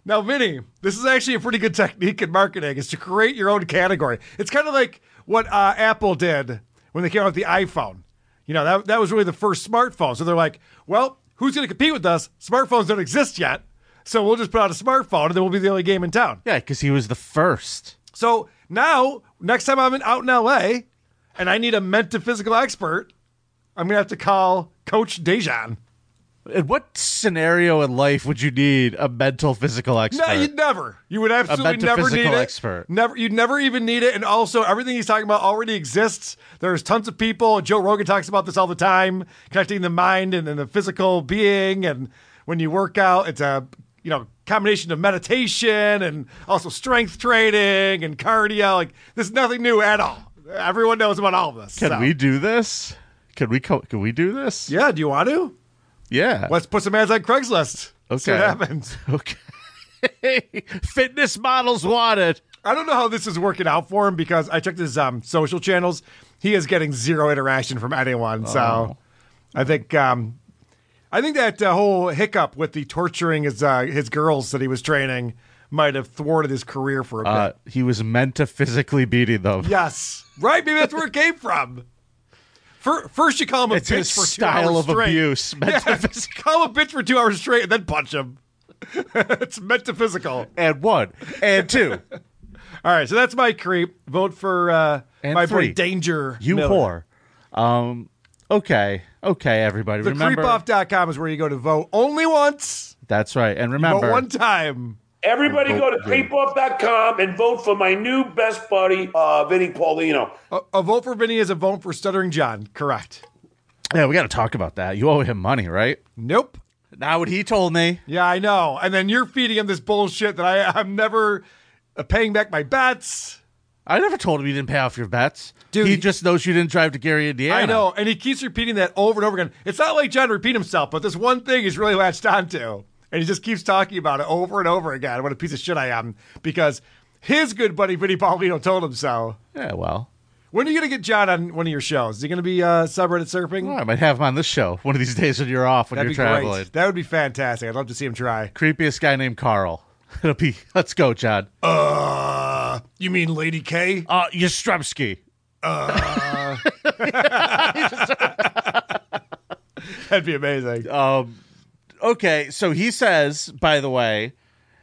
S9: Now, Vinny, this is actually a pretty good technique in marketing is to create your own category. It's kind of like what uh, Apple did when they came out with the iPhone. You know, that, that was really the first smartphone. So they're like, well, who's going to compete with us? Smartphones don't exist yet. So we'll just put out a smartphone and then we'll be the only game in town.
S8: Yeah, because he was the first.
S9: So now, next time I'm in, out in LA and I need a metaphysical expert, I'm going to have to call Coach Dejan.
S8: In what scenario in life would you need a mental physical expert?
S9: No, you'd never. You would absolutely never need
S8: metaphysical
S9: it.
S8: expert.
S9: Never. You'd never even need it. And also, everything he's talking about already exists. There's tons of people. Joe Rogan talks about this all the time, connecting the mind and, and the physical being. And when you work out, it's a you know combination of meditation and also strength training and cardio. Like this is nothing new at all. Everyone knows about all of this.
S8: Can
S9: so.
S8: we do this? Can we co- can we do this?
S9: Yeah. Do you want to?
S8: Yeah.
S9: Let's put some ads on Craigslist.
S8: Okay.
S9: See what happens.
S8: [laughs] Okay. [laughs] Fitness models wanted.
S9: I don't know how this is working out for him because I checked his um, social channels. He is getting zero interaction from anyone.
S8: Oh.
S9: So I think um, I think that uh, whole hiccup with the torturing his uh, his girls that he was training might have thwarted his career for a bit.
S8: Uh, he was meant to physically beating them.
S9: yes, right. Maybe that's where it came from. Fir- First, you call him a
S8: It's
S9: bitch
S8: his
S9: for two
S8: style
S9: hours
S8: of
S9: straight. [laughs]
S8: abuse,
S9: Yes, call him a bitch for two hours straight and then punch him. [laughs] it's metaphysical.
S8: And one, and two,
S9: [laughs] All right, so that's my creep. Vote for uh,
S8: and
S9: my
S8: three.
S9: boy Danger.
S8: You
S9: Miller.
S8: whore. Um. Okay. Okay, everybody.
S9: The
S8: remember
S9: creepoff.com is where you go to vote only once,
S8: that's right. And remember,
S9: but one time.
S7: Everybody go to creepoff.com and vote for my new best buddy, uh, Vinny Paulino.
S9: A, a vote for [laughs] Vinny is a vote for Stuttering John. Correct.
S8: yeah, we got to talk about that. You owe him money, right?
S9: Nope.
S8: Not what he told me.
S9: Yeah, I know. And then you're feeding him this bullshit that I, I'm never uh, paying back my bets.
S8: I never told him you didn't pay off your bets.
S9: Dude,
S8: he
S9: he-
S8: just knows you didn't drive to Gary, Indiana.
S9: I know. And he keeps repeating that over and over again. It's not like John repeat himself, but this one thing he's really latched onto. And he just keeps talking about it over and over again. What a piece of shit I am. Because his good buddy Vinny Paulino told him so.
S8: Yeah, well,
S9: When are you going to get John on one of your shows? Is he going to be uh, subreddit surfing?
S8: I might have him on this show one of these days when you're off when
S9: That'd
S8: you're
S9: be
S8: traveling.
S9: great. That would be fantastic. I'd love to see him try.
S8: Creepiest guy named Carl. [laughs] It'll be. Let's
S9: [laughs]
S8: go, John.
S9: Oh, Uh, you mean Lady K? Uh,
S8: Uh, Yastrzemski.
S9: That'd be amazing.
S8: Um, okay, so he says, by the way,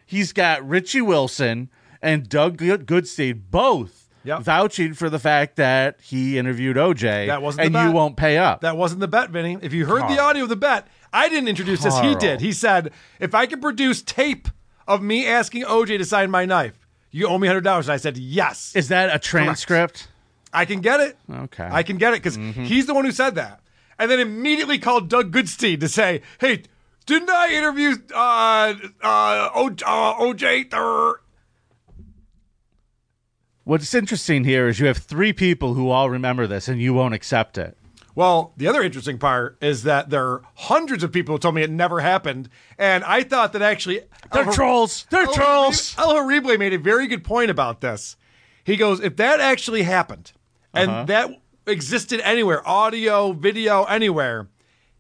S8: he's got Richie Wilson and Doug Good- Goodstein both
S9: Yep.
S8: vouching for the fact that he interviewed OJ.
S9: That wasn't the
S8: and you
S9: bet.
S8: won't pay up.
S9: that wasn't the bet, Vinny. If you heard the
S8: Carl.
S9: audio of the bet, I didn't introduce this. He
S8: Carl.
S9: did. He said, if I can produce tape of me asking OJ to sign my knife, you owe me $100. And I said, yes.
S8: Is that a transcript?
S9: I can get it.
S8: Okay. Mm-hmm.
S9: I can get it because he's the one who said that. And then immediately called Doug Goodstein to say, hey, didn't I interview uh, uh, o- uh, OJ? Thur?"
S8: What's interesting here is you have three people who all remember this and you won't accept it.
S9: Well, the other interesting part is that there are hundreds of people who told me it never happened, and I thought that actually
S8: They're
S9: El Har-
S8: trolls. They're
S9: El Har-
S8: trolls.
S9: El Harible made a very good point about this. He goes, if that actually happened, and
S8: Uh-huh.
S9: that existed anywhere, audio, video, anywhere,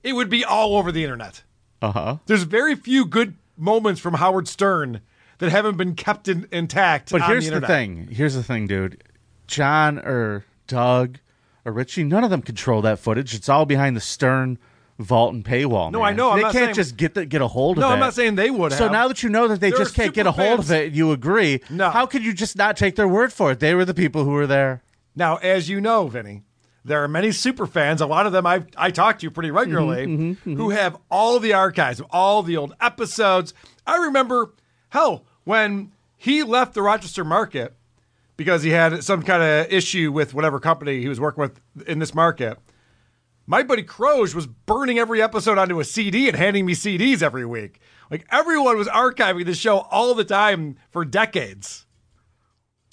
S9: it would be all over the internet.
S8: Uh huh.
S9: There's very few good moments from Howard Stern that haven't been kept in, intact.
S8: But
S9: on
S8: here's
S9: the,
S8: the,
S9: internet.
S8: thing. Here's the thing, dude. John or Doug or Richie, none of them control that footage. It's all behind the Stern vault and paywall.
S9: No,
S8: man.
S9: I know. I'm
S8: They
S9: not
S8: can't
S9: saying-
S8: just get the, get a hold
S9: No,
S8: of it.
S9: I'm not saying they would
S8: So
S9: have.
S8: now that you know that they
S9: They're
S8: just can't get a
S9: super
S8: hold
S9: fans.
S8: of it, you agree. No. How could you just not take their word for it? They were the people who were there.
S9: Now, as you know, Vinny, there are many super fans. A lot of them I've, I talk to pretty regularly
S8: Mhm, mhm, mhm.
S9: who have all the archives, all the old episodes. I remember, hell, when he left the Rochester market because he had some kind of issue with whatever company he was working with in this market. My buddy Croge was burning every episode onto a CD and handing me CDs every week. Like everyone was archiving the show all the time for decades.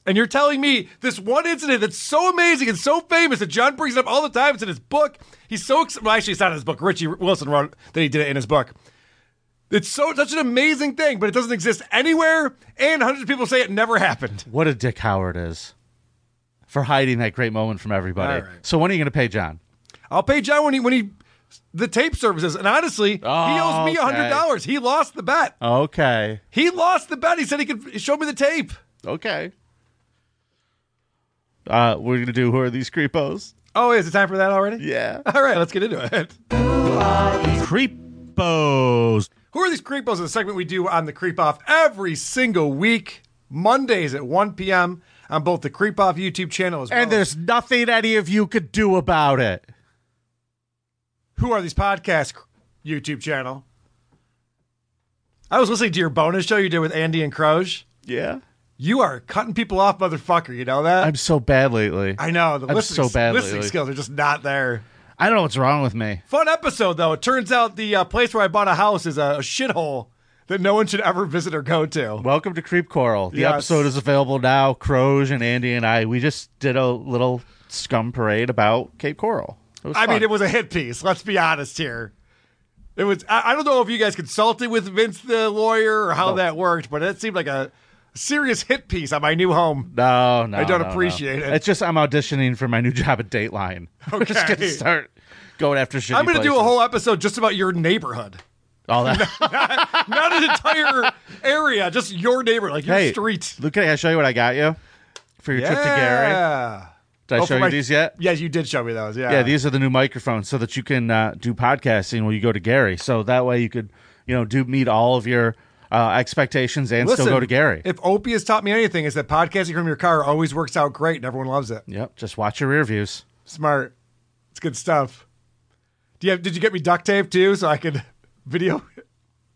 S9: And you're telling me this one incident that's so amazing and so famous that John brings it up all the time. It's in his book. He's so ex- well, actually, it's not in his book. Richie Wilson wrote that he did it in his book. It's so such an amazing thing, but it doesn't exist anywhere. And hundreds of people say it never happened.
S8: What a dick Howard is for hiding that great moment from everybody.
S9: All right.
S8: So when are you going to pay John?
S9: I'll pay John when he when he the tape services. And honestly, he owes me
S8: Oh, okay.
S9: hundred dollars. He lost the bet.
S8: Okay.
S9: He lost the bet. He said he could show me the tape.
S8: Okay. Uh, we're going to do Who Are These Creepos?
S9: Oh, is it time for that already?
S8: Yeah.
S9: [laughs] All right, let's get into it.
S8: Creepos.
S9: Who are these creepos? Is a segment we do on the Creep Off every single week, Mondays at 1 p.m. on both the Creep Off YouTube channel as well.
S8: And there's nothing any of you could do about it.
S9: Who are these podcasts YouTube channel? I was listening to your bonus show you did with Andy and Croge.
S8: Yeah.
S9: You are cutting people off, motherfucker. You know that?
S8: I'm so bad lately.
S9: Uh, I know the
S8: I'm
S9: listening,
S8: so bad
S9: listening
S8: lately.
S9: skills are just not there.
S8: I don't know what's wrong with me.
S9: Fun episode though. It turns out the uh, place where I bought a house is a shithole that no one should ever visit or go to.
S8: Welcome to Creep Coral. The
S9: Oh, Yes.
S8: episode is available now. Croge and Andy and I, we just did a little scum parade about Cape Coral. It was
S9: I
S8: fun.
S9: mean, it was a hit piece. Let's be honest here. It was. I, I don't know if you guys consulted with Vince the lawyer or how
S8: No.
S9: that worked, but it seemed like a serious hit piece on my new
S8: [laughs]
S9: home.
S8: No, no.
S9: I don't
S8: no, no.
S9: appreciate it.
S8: It's just I'm auditioning for my new job at Dateline. We're just
S9: Okay.
S8: gonna start going after shit.
S9: I'm going to do a whole episode just about your
S8: [laughs]
S9: neighborhood,
S8: all that.
S9: not an entire area, just your neighborhood, like [laughs] your
S8: hey,
S9: street.
S8: Luke, can I show you what I got you for your trip to Gary?
S9: Yeah.
S8: Did I
S9: Oh,
S8: show
S9: for
S8: you
S9: my-
S8: these yet?
S9: Yes, you did show me those. Yeah.
S8: Yeah. these are the new microphones so that you can uh, do podcasting while you go to Gary. So that way you could, you know, do meet all of your uh, expectations and
S9: Listen,
S8: still go to Gary.
S9: If Opie has taught me anything, is that podcasting from your car always works out great and everyone loves it.
S8: Yep, just watch your rear views.
S9: Smart. It's good stuff. Do you have, did you get me duct tape too so I could [laughs] video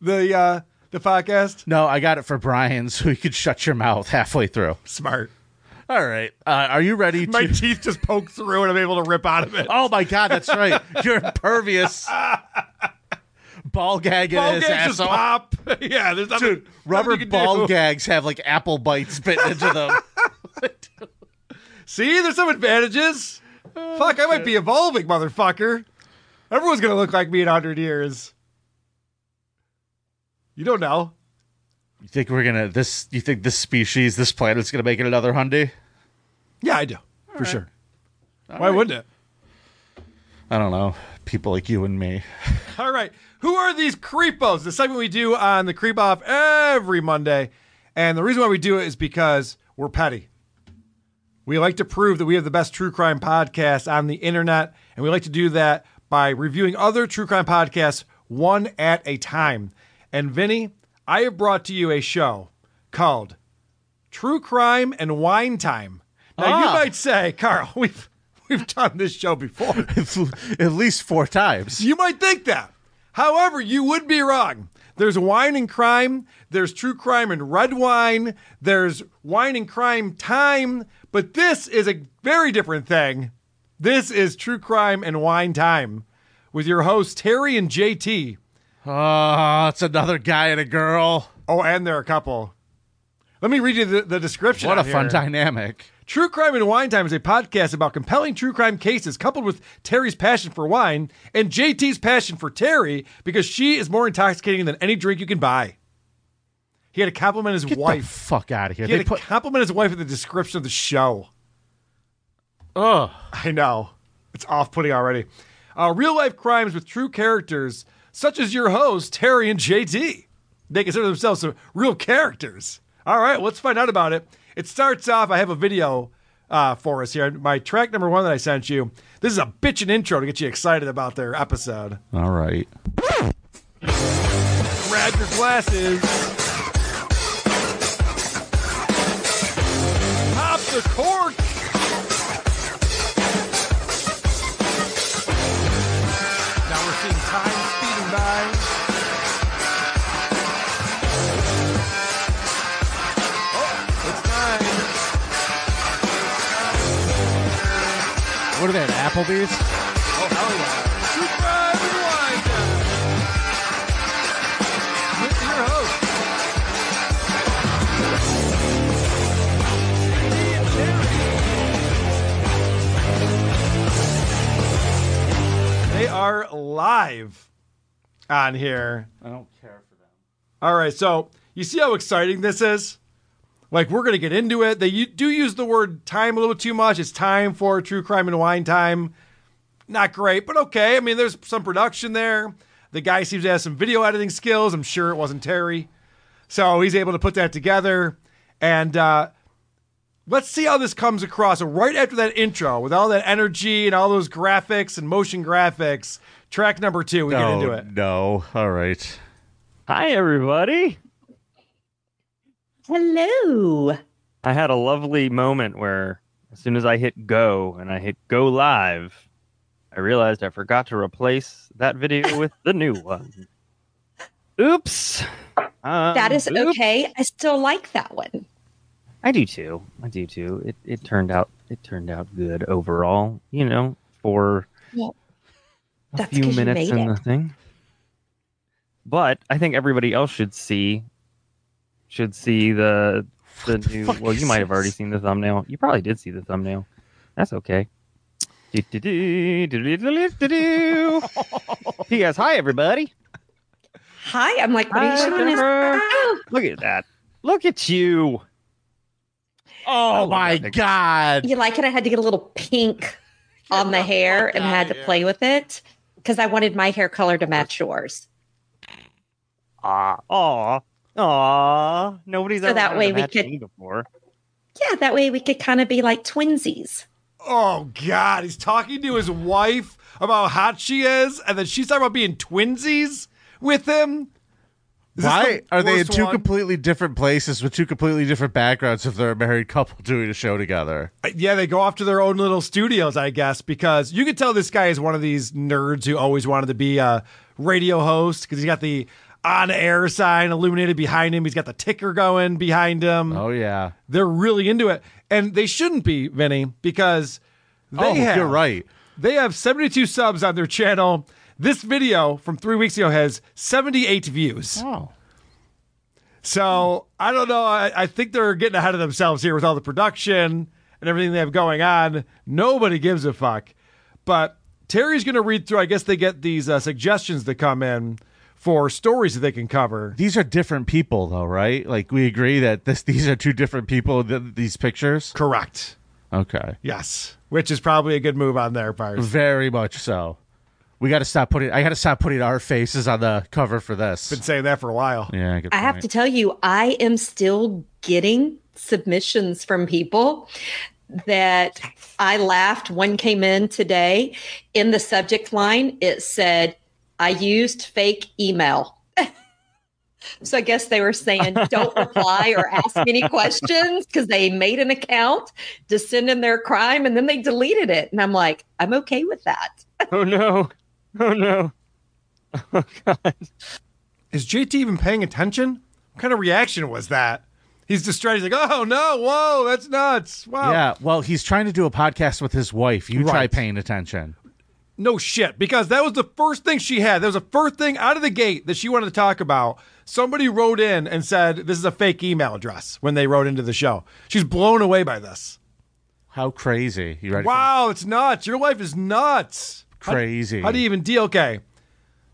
S9: the uh the podcast?
S8: No, I got it for Brian [laughs] so he could shut your mouth halfway through.
S9: Smart.
S8: All right. Uh, are you ready to
S9: My [laughs] teeth just poke through and I'm able to rip out of it.
S8: Oh my god,
S9: [laughs]
S8: that's right. You're impervious. Ball gagging
S9: Ball
S8: his
S9: gags just
S8: asshole.
S9: pop. [laughs] yeah, there's nothing,
S8: Dude, rubber ball gags have like apple bites
S9: [laughs]
S8: bitten into them.
S9: See, there's some advantages. Fuck, I might be evolving, motherfucker. Everyone's gonna look like me in hundred years. You don't know.
S8: You think we're gonna this? You think this species, this planet's gonna make it another Hyundai?
S9: Yeah, I do. for sure.
S8: All
S9: Why
S8: right.
S9: wouldn't it?
S8: I don't know. People like you and me.
S9: All right. Who are these creepos? The segment we do on the creep off every Monday. And the reason why we do it is because we're petty. We like to prove that we have the best true crime podcast on the internet. And we like to do that by reviewing other true crime podcasts one at a time. And Vinny, I have brought to you a show called True Crime and Wine Time. Now you
S8: Ah.
S9: might say, Carl, [laughs] we've we've done this show
S8: [laughs]
S9: before.
S8: At least four times.
S9: You might think that. However, you would be wrong. There's wine and crime. There's true crime and red wine. There's wine and crime time. But this is a very different thing. This is true crime and wine time with your hosts, Terry and JT.
S8: Oh, it's another guy and a girl.
S9: Oh, and they're a couple. Let me read you the, the description.
S8: What a
S9: on
S8: fun
S9: here.
S8: dynamic.
S9: True Crime and Wine Time is a podcast about compelling true crime cases coupled with Terry's passion for wine and JT's passion for Terry because she is more intoxicating than any drink you can buy. He had to compliment his
S8: Get
S9: wife.
S8: the fuck out of here.
S9: he
S8: They
S9: had to
S8: put,
S9: compliment his wife in the description of the show.
S8: Ugh.
S9: I know. It's off putting already. Uh, real life crimes with true characters, such as your host, Terry and JT. They consider themselves some real characters. All right, let's find out about it. It starts off, I have a video uh, for us here. My track number one that I sent you. This is a bitchin' intro to get you excited about their episode.
S8: all right.
S9: Grab your glasses. Pop the cork. Now we're seeing time speeding by. Oh, it's time.
S8: What are they at, Applebee's?
S9: Oh, hell yeah. True crime and wine time. With your host. They are live on here.
S8: I don't care for them.
S9: All right, so you see how exciting this is? Like we're gonna get into it. They u- do use the word time a little too much. It's time for true crime and wine time. Not great, but okay. I mean, there's some production there. The guy seems to have some video editing skills. I'm sure it wasn't Terry, so he's able to put that together. And uh, let's see how this comes across. So right after that intro, with all that energy and all those graphics and motion graphics, track number two, we get into it.
S8: No. All right.
S16: Hi, everybody. Hello. I had a lovely moment where, as soon as I hit go and I hit go live, I realized I forgot to replace that video with the new
S18: [laughs]
S16: one. Oops. Um,
S18: That is
S16: oops.
S18: okay. I still like that one.
S16: I do too. I do too. It it turned out it turned out good overall. You know, for
S18: Well,
S16: a
S18: that's
S16: few
S18: 'cause you
S16: minutes
S18: made
S16: in the
S18: it.
S16: thing. But I think everybody else should see should see the the new.
S19: fuck
S16: well,
S19: is
S16: you might have
S19: this?
S16: already seen the thumbnail. You probably did see the thumbnail. That's okay. Do-do-do, do-do-do-do,
S18: [laughs]
S16: do-do. P.S. Hi everybody.
S18: Hi, I'm like, what are you
S16: Hi,
S18: showing us?
S16: Jennifer.
S18: Oh,
S16: Look at that. Look at you. Oh my god.
S18: you like it? I had to get a little pink on the hair and had to play with it because I wanted my hair color to match yours.
S16: Aw, aw, aw. Nobody's
S18: So
S16: ever
S18: that
S16: had a
S18: way we
S16: match
S18: could-
S16: me before.
S18: Yeah, that way we could kind of be like twinsies.
S9: Oh God, he's talking to his wife about how hot she is, and then she's talking about being twinsies with him. Is this
S8: Why
S9: the
S8: are they in
S9: worst
S8: two
S9: one?
S8: completely different places with two completely different backgrounds if they're a married couple [laughs] doing a show together?
S9: Yeah, they go off to their own little studios, I guess, because you could tell this guy is one of these nerds who always wanted to be a radio host because he's got the on-air sign illuminated behind him. He's got the ticker going behind him. Oh
S8: yeah,
S9: they're really into it, and they shouldn't be, Vinny, because they
S8: Oh,
S9: have
S8: you're right.
S9: They have 72 subs on their channel. This video from three weeks ago has 78 views.
S8: Oh.
S9: So I don't know. I, I think they're getting ahead of themselves here with all the production and everything they have going on. Nobody gives a fuck. But Terry's going to read through. I guess they get these uh, suggestions that come in for stories that they can cover.
S8: These are different people, though, right? Like we agree that this these are two different people. Th- these pictures,
S9: correct?
S8: Okay,
S9: Yes, which is probably a good move on their
S8: [laughs]
S9: part.
S8: very much so. We got to stop putting. I got to stop putting our faces on the cover for this. Been
S9: saying that for a while.
S8: Yeah, good
S18: I have
S8: point.
S18: to tell you, I am still getting submissions from people that I laughed. One came in today. In the subject line, it said, I used fake email. [laughs] so I guess they were saying,
S8: [laughs]
S18: don't reply or ask any questions because they made an account to send in their crime and then they deleted it. And I'm like, I'm okay with that.
S16: Oh no. Oh no.
S9: is JT even paying attention? What kind of reaction was that? He's distracted. He's like, oh no, whoa, that's nuts. Wow.
S8: Yeah, well, he's trying to do a podcast with his wife. You try
S9: Oh. Right.
S8: paying attention.
S9: No shit, because that was the first thing she had. That was the first thing out of the gate that she wanted to talk about. Somebody wrote in and said, This is a fake email address when they wrote into the show. She's blown away by this.
S8: How crazy. You ready? for-
S9: Wow, it's nuts. Your life is nuts. How-
S8: Crazy.
S9: How, do you even deal? Okay.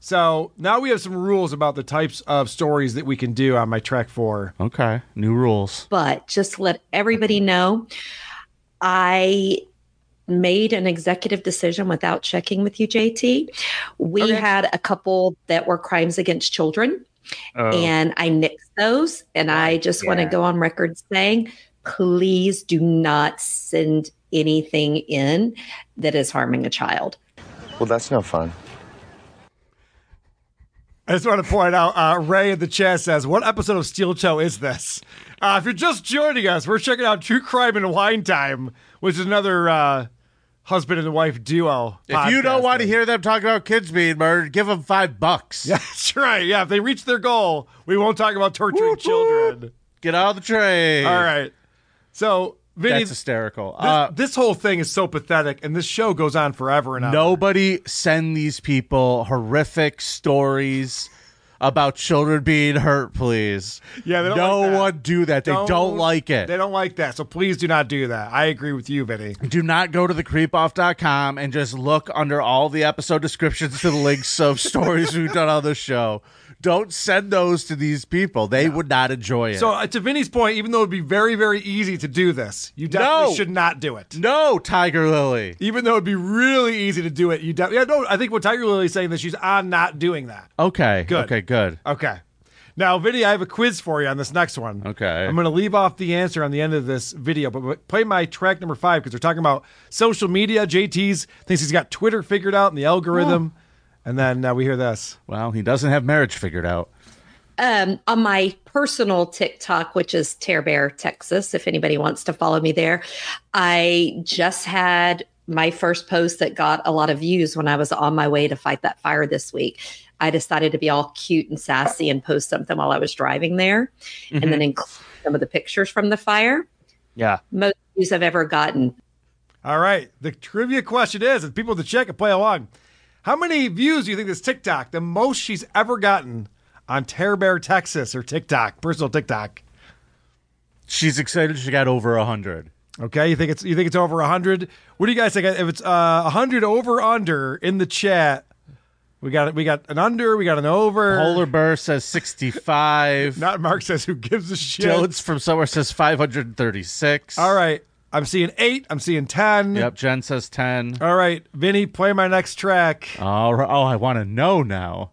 S9: So now we have some rules about the types of stories that we can do on my track four.
S8: Okay. New rules.
S18: but just let everybody know I made an executive decision without checking with you, JT. We had a couple that were crimes against children,
S5: Oh.
S18: and I nixed those. And I just want to
S5: Yeah.
S18: go on record saying, please do not send anything in that is harming a child.
S19: Well, that's no fun.
S9: I just want to point out uh, Ray in the chat says, What episode of Steel Toe is this? Uh, if you're just joining us, we're checking out True Crime and Wine Time, which is another uh, husband and wife duo.
S8: If you don't
S9: podcast.
S8: want to hear them talk about kids being murdered, give them five
S9: [laughs]
S8: bucks.
S9: That's right. Yeah, if they reach their goal, we won't talk about torturing children.
S8: Get out of the train.
S9: All right. So, Vinny,
S8: That's hysterical.
S9: this,
S8: Uh,
S9: this whole thing is so pathetic, and this show goes on forever and on.
S8: Nobody send these people horrific stories about children being hurt, please.
S9: Yeah, they don't
S8: no
S9: like that.
S8: one do that. They don't, like it.
S9: They don't like that. So please do not do that. I agree with you, Vinny.
S8: do not go to thecreepoff.com and just look under all the episode descriptions to the
S9: [laughs]
S8: links of stories we've done on the show. Don't send those to these people. They would not enjoy it.
S9: So uh, to Vinny's point, even though it'd be very, very easy to do this, you definitely
S8: No.
S9: should not do it.
S8: No, Tiger Lily.
S9: Even though it'd be really easy to do it, you definitely. Yeah, no, I think what Tiger Lily is saying that she's on not doing that.
S8: okay.
S9: Good.
S8: Okay, good.
S9: Okay. Now, Vinny, I have a quiz for you on this next one.
S8: Okay.
S9: I'm going to leave off the answer on the end of this video, but- but play my track number five because we're talking about social media. JT's thinks he's got Twitter figured out and the algorithm. And then uh, we hear this.
S8: Well, he doesn't have marriage figured out.
S18: um, on my personal TikTok, which is Tear Bear Texas, if anybody wants to follow me there, I just had my first post that got a lot of views when I was on my way to fight that fire this week. I decided to be all cute and sassy and post something while I was driving there and then
S16: Mhm.
S18: include some of the pictures from the fire.
S16: Yeah.
S18: Most views I've ever gotten.
S9: All right. The trivia question is, and people to check and play along, how many views do you think this TikTok, the most she's ever gotten on Tear Bear Texas or TikTok, personal TikTok?
S8: She's excited she got over 100.
S9: Okay, you think it's you think it's over hundred? What do you guys think? If it's uh, hundred over under in the chat, we got we got an under, we got an over.
S8: Polar Bear says 65.
S9: Not Mark says who gives a shit.
S8: Jones from somewhere says 536.
S9: All right, I'm seeing eight. I'm seeing ten.
S8: Yep, Jen says 10.
S9: All right, Vinny, play my next track.
S8: All right. Oh, I want to know now.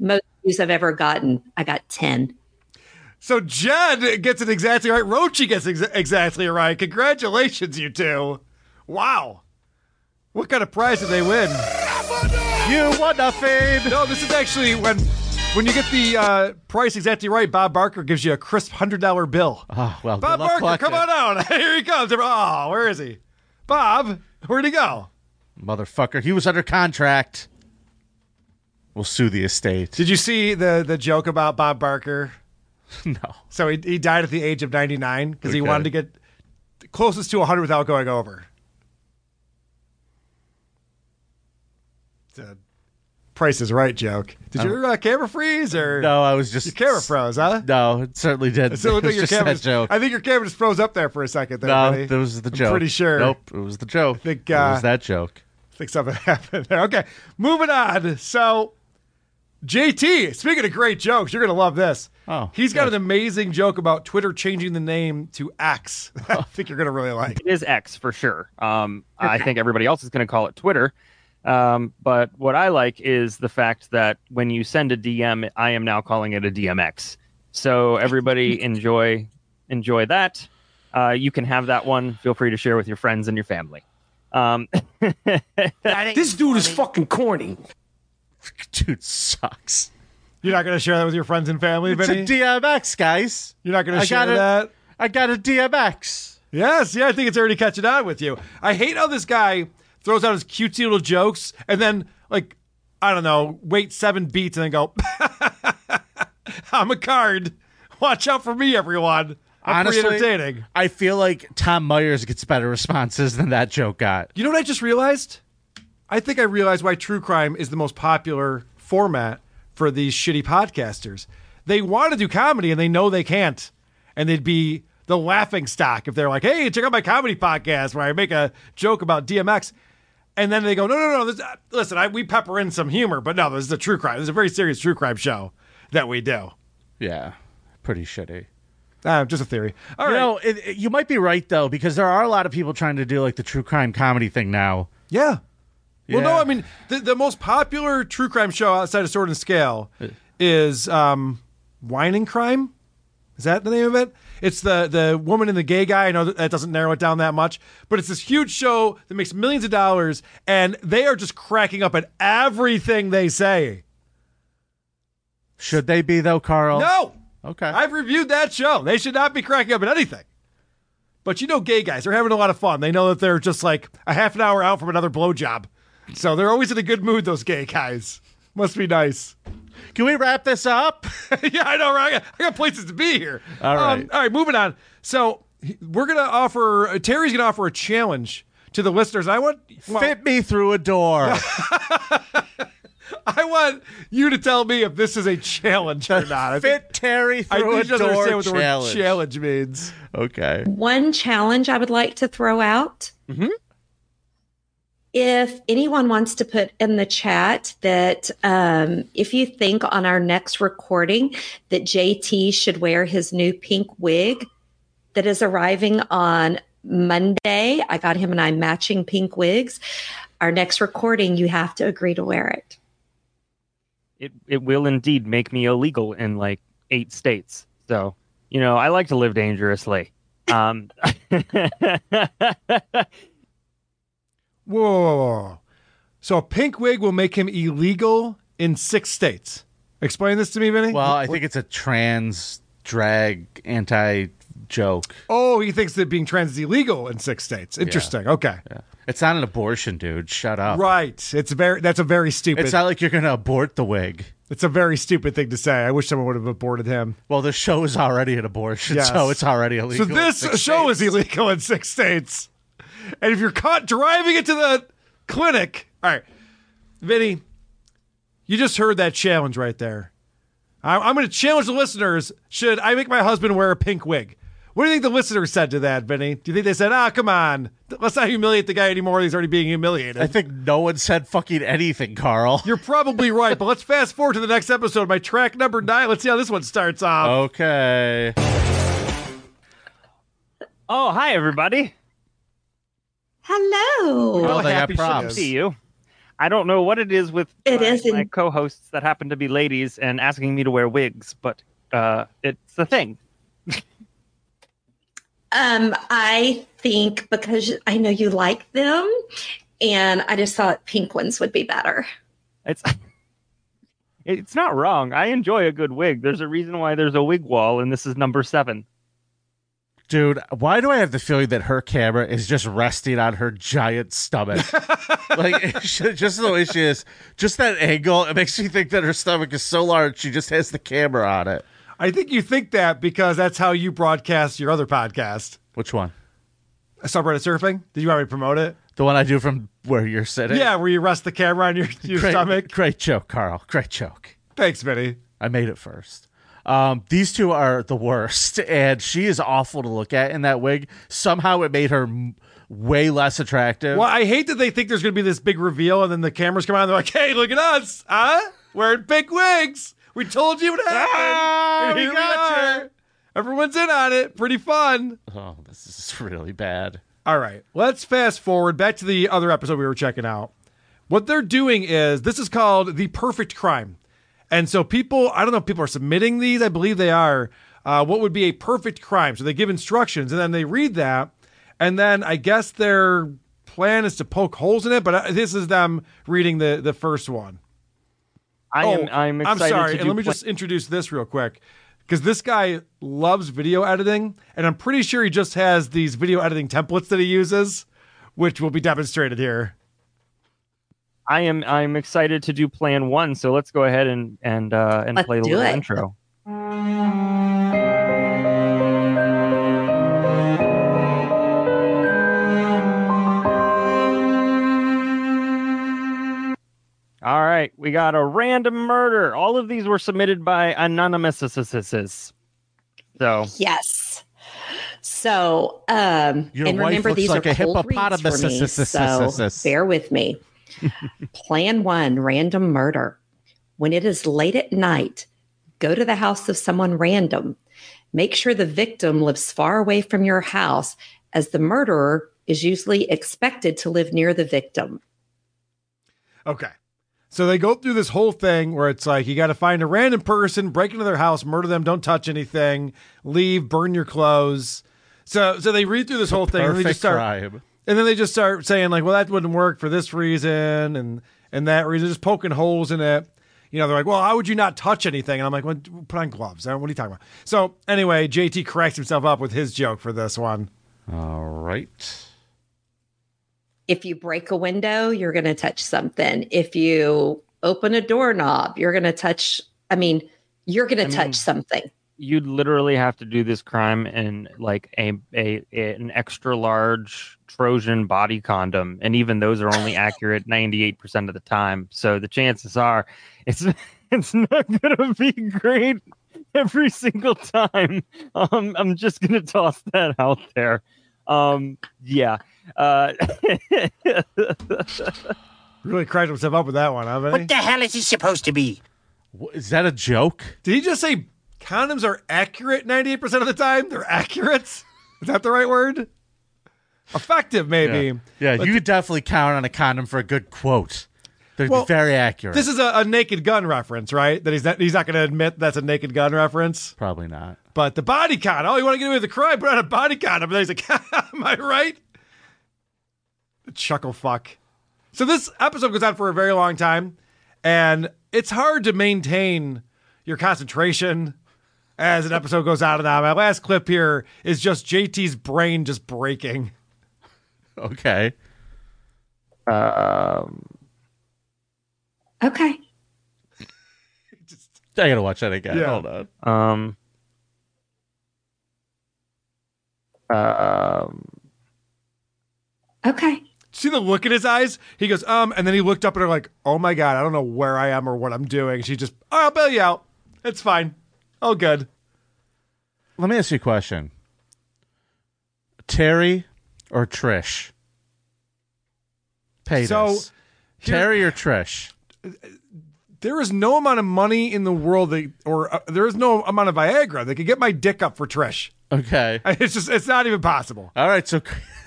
S18: Most views I've ever gotten, I got 10.
S9: So Jen gets it exactly right. Rochi gets ex- exactly right. Congratulations, you two. Wow. What kind of prize did they win?
S8: You won nothing.
S9: No, this is actually when when you get the uh, price exactly right, Bob Barker gives you a crisp hundred dollar bill.
S8: Oh, well,
S9: Bob
S8: good luck
S9: Barker, come on
S8: collecting.
S9: out. [laughs] Here he comes. Oh, where is he? Bob, where'd he go?
S8: Motherfucker. He was under contract. We'll sue the estate.
S9: Did you see the the joke about Bob Barker?
S8: [laughs] No.
S9: So he, he died at the age of 99 because he
S8: Okay.
S9: wanted to get closest to 100 without going over. It's a Price is Right joke. Did
S8: Oh.
S9: your uh, camera freeze or
S8: No, I was just.
S9: your camera froze? Huh?
S8: No, it certainly did.
S9: I still
S8: [laughs] it
S9: think
S8: was
S9: your
S8: just that
S9: camera.
S8: joke.
S9: I think your camera just froze up there for a second. There,
S8: no,
S9: buddy.
S8: that was the
S9: I'm
S8: joke.
S9: pretty sure.
S8: Nope, it was the joke. I
S9: think,
S8: it
S9: uh,
S8: was that joke.
S9: think something [laughs] happened there. Okay, moving on. So, JT, speaking of great jokes, you're gonna love this.
S8: Oh,
S9: he's got an amazing joke about Twitter changing the name to X. [laughs] I think you're gonna really like.
S16: It is X for sure. Um, I think everybody else is going to call it Twitter. Um, but what I like is the fact that when you send a DM, I am now calling it a DMX. So
S18: [laughs]
S16: everybody enjoy enjoy that. Uh, you can have that one. Feel free to share with your friends and your family. Um, [laughs]
S11: this dude is fucking
S9: [laughs]
S11: corny.
S8: Dude sucks.
S9: You're not gonna share that with your friends and family,
S8: It's
S9: Vinny?
S8: a DMX, guys.
S9: You're not gonna
S8: I
S9: share
S8: got a-
S9: that.
S8: I got a DMX.
S9: Yes, yeah, I think it's already catching on with you. I hate how this guy throws out his cutesy little jokes and then like I don't know, wait seven beats and then go. [laughs] I'm a card. Watch out for me, everyone. I'm pretty entertaining.
S8: Honestly, I feel like Tom Myers gets better responses than that joke got.
S9: You know what I just realized? I think I realized why true crime is the most popular format for these shitty podcasters. They want to do comedy and they know they can't. And they'd be the laughing stock if they're like, hey, check out my comedy podcast where I make a joke about DMX. And then they go, no, no, no. This, uh, listen, I, we pepper in some humor, but no, this is a true crime. This is a very serious true crime show that we do.
S8: Yeah, pretty shitty.
S9: Uh, just a theory. All
S8: you know, it, it- you might be right though, because there are a lot of people trying to do like the true crime comedy thing now.
S9: Yeah. Well, no,
S8: Yeah.
S9: I mean the, the most popular true crime show outside of Sword and Scale is um, Wine and Crime. Is that the name of it? It's the the woman and the gay guy. I know that, that doesn't narrow it down that much, but it's this huge show that makes millions of dollars, and they are just cracking up at everything they say.
S8: Should they be though, Carl?
S9: No,
S8: okay,
S9: I've reviewed that show. They should not be cracking up at anything. But you know, gay guys are having a lot of fun. They know that they're just like a half an hour out from another blowjob, so they're always in a good mood. Those gay guys must be nice.
S8: Can we wrap this up?
S9: [laughs] yeah, I know, right? I got, I got places to be here. Um,
S8: All right.
S9: all right, moving on. So he- we're gonna offer uh, Terry's gonna offer a challenge to the listeners. I want well,
S8: fit me through a door.
S9: [laughs] I want you to tell me if this is a challenge or not. I
S8: Fit Terry
S9: I think
S8: through a
S9: he doesn't
S8: door
S9: understand what the word
S8: challenge.
S9: challenge means.
S8: Okay.
S18: One challenge I would like to throw out. If anyone wants to put in the chat that um, if you think on our next recording that JT should wear his new pink wig that is arriving on Monday, I got him and I matching pink wigs. Our next recording, you have to agree to wear it.
S16: It it will indeed make me illegal in like eight states. So you know, I like to live dangerously. Um, [laughs]
S9: Whoa, whoa, whoa, whoa. So a pink wig will make him illegal in six states. Explain this to me, Vinny.
S8: Well, I think it's a trans drag anti joke.
S9: Oh, he thinks that being trans is illegal in six states. Interesting. Okay.
S8: It's not an abortion, dude. Shut up.
S9: Right. It's very. That's a very stupid.
S8: It's not like you're going to abort the wig.
S9: It's a very stupid thing to say. I wish someone would have aborted him.
S8: Well, the show is already an abortion,
S9: Yes.
S8: so it's already illegal.
S9: So this show is illegal in six states. And if you're caught driving it to the clinic, all right, Vinny, you just heard that challenge right there. I- I'm going to challenge the listeners. Should I make my husband wear a pink wig? What do you think the listeners said to that, Vinny? Do you think they said, ah, come on, let's not humiliate the guy anymore. He's already being humiliated.
S8: I think no one said fucking anything, Carl.
S9: You're
S8: [laughs]
S9: probably right, but let's fast forward to the next episode. My track number nine. Let's see how this one starts off.
S8: Okay.
S16: oh, hi everybody.
S18: Hello.
S16: Well, happy to see you. I don't know what it is with
S18: It
S16: my,
S18: is
S16: my co-hosts that happen to be ladies and asking me to wear wigs, but uh, it's a thing.
S18: Um, I think because I know you like them, and I just thought pink ones would be better.
S16: It's it's not wrong. I enjoy a good wig. There's a reason why there's a wig wall, and this is number seven.
S8: Dude, why do I have the feeling that her camera is just resting on her
S9: [laughs]
S8: giant stomach? like, [laughs] it should- just the way she is, just that angle, it makes me think that her stomach is so large, she just has the camera on it.
S9: I think you think that because that's how you broadcast your other podcast,
S8: Which one?
S9: subreddit surfing. Did you want me to promote it?
S8: The one I do from where you're sitting?
S9: Yeah, where you rest the camera on your, your
S8: great,
S9: stomach.
S8: Great joke, Carl. Great joke.
S9: Thanks, Vinny.
S8: I made it first. Um, these two are the worst, and she is awful to look at in that wig. Somehow it made her m- way less attractive.
S9: Well, I hate that they think there's going to be this big reveal, and then the cameras come out and they're like, "Hey, look at us, huh? Wearing big wigs. We told you what happened. and
S8: we
S9: here we
S8: got
S9: are. Everyone's in on it. Pretty fun."
S8: Oh, this is really bad.
S9: All right, let's fast forward back to the other episode we were checking out. What they're doing is this is called the perfect crime, and so people I don't know if people are submitting these. I believe they are. Uh, what would be a perfect crime? So they give instructions, and then they read that, and then I guess their plan is to poke holes in it. But uh, this is them reading the the first one.
S16: I
S9: Oh,
S16: am. I'm
S9: I'm
S16: excited.
S9: sorry.
S16: to
S9: and
S16: do
S9: let me
S16: pla-
S9: just introduce this real quick because this guy loves video editing, and I'm pretty sure he just has these video editing templates that he uses, which will be demonstrated here.
S16: I am. I'm excited to do plan one. So let's go ahead and and uh, and
S9: Let's
S16: play the
S9: do
S16: little
S9: it.
S16: intro.
S9: All
S16: right, we got a random murder. All of these were submitted by anonymous. So
S18: Yes. So, um,
S16: Your
S18: and
S16: wife
S18: remember,
S16: looks
S18: these
S16: like
S18: are
S16: a
S18: cold reads for me, so
S16: [laughs] hippopotamus.
S18: bear with me. Plan one random murder. When it is late at night, go to the house of someone random. Make sure the victim lives far away from your house, as the murderer is usually expected to live near the victim.
S9: Okay. So they go through this whole thing where it's like you got to find a random person, break into their house, murder them, don't touch anything, leave, burn your clothes. So so they read through this whole thing and they just
S8: perfect
S9: start
S8: tribe.
S9: and then they just start saying like, well, that wouldn't work for this reason and and that reason, just poking holes in it. You know, they're like, well, how would you not touch anything? And I'm like, well, put on gloves. Uh, What are you talking about? So anyway, JT cracks himself up with his joke for this one.
S8: All right.
S18: If you break a window, you're going to touch something. If you open a doorknob, you're going to touch, I mean, you're going to touch something.
S16: you'd literally have to do this crime in like a, a, a- an extra large Trojan body condom, and even those are only accurate ninety eight percent of the time. So the chances are, it's [laughs] it's not gonna be great every single time. Um, I'm just gonna toss that out there. Um, yeah. Uh, [laughs]
S9: Really cracked himself up with that one, haven't he?
S19: What the hell is he supposed to be?
S8: Is that a joke?
S9: Did he just say condoms are accurate 98% of the time? They're accurate? Is that the right word? Effective, maybe.
S8: Yeah,
S9: But
S8: you could definitely count on a condom for a good quote. They're
S9: Well,
S8: very accurate.
S9: This is a, a naked gun reference, right? That he's not, he's not going to admit that's a naked gun reference.
S8: probably not.
S9: But the body count. Oh, you want to get away with the crime? Put on a body count. And then he's like, [laughs] am I right? Chuckle fuck. So this episode goes on for a very long time, and it's hard to maintain your concentration as an episode goes on and on. My last clip here is just JT's brain just breaking.
S8: Okay.
S16: Um.
S18: Okay.
S8: I gotta watch that again.
S16: Yeah.
S8: Hold on.
S16: Um. Um.
S18: Okay.
S9: See the look in his eyes? He goes, um, and then he looked up at her like, oh my God, I don't know where I am or what I'm doing. She just, "All right, I'll bail you out. It's fine. All good.
S8: Let me ask you a question. Terry or Trish? Pay
S9: So,
S8: this. Terry or Trish?
S9: there is no amount of money in the world that, or uh, there is no amount of Viagra that could get my dick up for Trish. [laughs]
S8: Okay.
S9: It's just, it's not even possible.
S8: All right. So,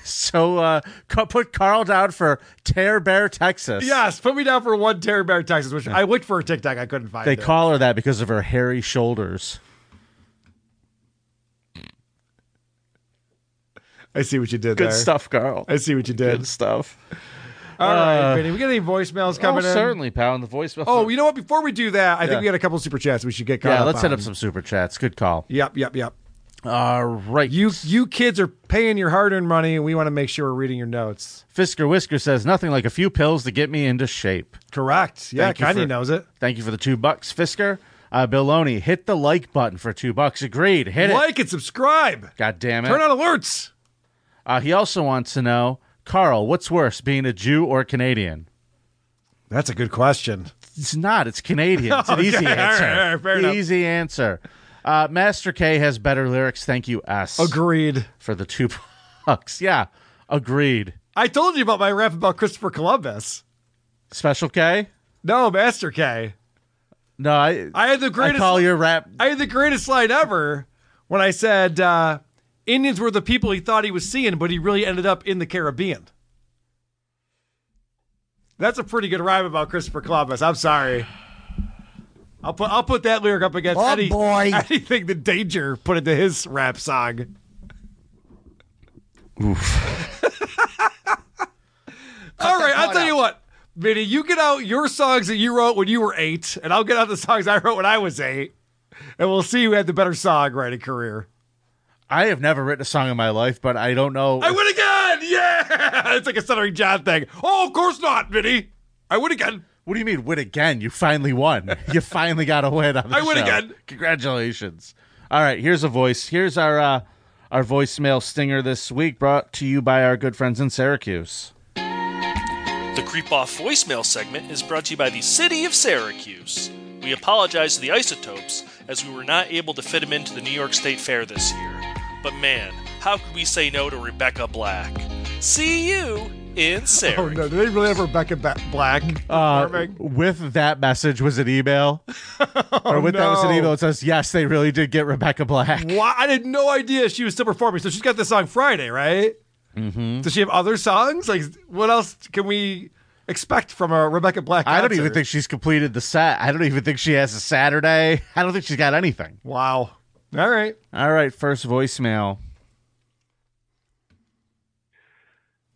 S8: so uh, ca- put Carl down for Tear Bear, Texas.
S9: [laughs] Yes, put me down for one Terry Bear Texas, which I looked for a TikTok, I couldn't find
S8: They
S9: it.
S8: call her that because of her hairy shoulders.
S9: I see what you did
S8: Good
S9: there.
S8: stuff, Carl.
S9: I see what you did.
S8: Good stuff.
S9: All right,
S8: Uh,
S9: Vinny, we got any voicemails coming
S8: oh,
S9: in?
S8: certainly, pal. And the voicemail.
S9: Oh, you know what? Before we do that, I
S8: Yeah.
S9: think we got a couple super chats we should get. caught
S8: yeah. Let's
S9: on.
S8: hit up some super chats. Good call.
S9: Yep, yep, yep. All right. You you kids are paying your hard-earned money, and we want to make sure we're reading your notes.
S8: Fisker Whisker says nothing like a few pills to get me into shape.
S9: Correct. Yeah, Kanye knows it.
S8: Thank you for the two bucks, Fisker. Uh, Bill Loney, hit the like button for two bucks. Agreed. Hit it.
S9: like and subscribe.
S8: God damn it.
S9: Turn on alerts.
S8: Uh, he also wants to know, Carl, what's worse, being a Jew or Canadian?
S9: That's a good question.
S8: It's not. It's Canadian. It's
S9: [laughs]
S8: an
S9: Okay,
S8: easy
S9: all right,
S8: answer.
S9: all right, fair enough.
S8: easy answer. Uh, Master K has better lyrics. Thank you, S.
S9: Agreed.
S8: For the two [laughs] bucks. Yeah. Agreed.
S9: I told you about my rap about Christopher Columbus.
S8: Special K?
S9: No, Master K.
S8: No, I
S9: I had the greatest.
S8: call your rap.
S9: I had the greatest line ever when I said uh, Indians were the people he thought he was seeing, but he really ended up in the Caribbean. That's a pretty good rhyme about Christopher Columbus. I'm sorry. I'll put I'll put that lyric up against
S19: Oh,
S9: any,
S19: boy.
S9: [laughs] anything that Danger put into his rap song. [laughs] All right, I'll tell you what, Vinny, you get out your songs that you wrote when you were eight, and I'll get out the songs I wrote when I was eight, and we'll see who had the better songwriting career.
S8: I have never written a song in my life, but I don't know.
S9: I win again! Yeah! [laughs] It's like a Stuttering John thing. Oh, of course not, Vinny. I win again.
S8: What do you mean, win again? You
S9: [laughs]
S8: finally won. you finally got a win on the
S9: I win
S8: show.
S9: again.
S8: Congratulations. All right, here's a voice. Here's our uh, our voicemail stinger this week, brought to you by our good friends in Syracuse.
S20: The Creep Off voicemail segment is brought to you by the City of Syracuse. We apologize to the Isotopes as we were not able to fit them into the New York State Fair this year. But man, how could we say no to Rebecca Black? See you in
S9: Oh
S20: Syracuse.
S9: no! Do they really have Rebecca ba- Black?
S8: Uh, with that message was
S9: [laughs]
S8: an email, or with that was an
S9: Oh, no.
S8: email. It says yes, they really did get Rebecca Black.
S9: Why? I had no idea she was still performing. So she's got this song Friday, right?
S8: Mm-hmm.
S9: Does she have other songs? Like, what else can we expect from a Rebecca Black?
S8: [laughs] I don't even
S9: concert?
S8: think she's completed the set. I don't even think she has a Saturday. I don't think she's got anything.
S9: Wow. All right.
S8: All right. First voicemail.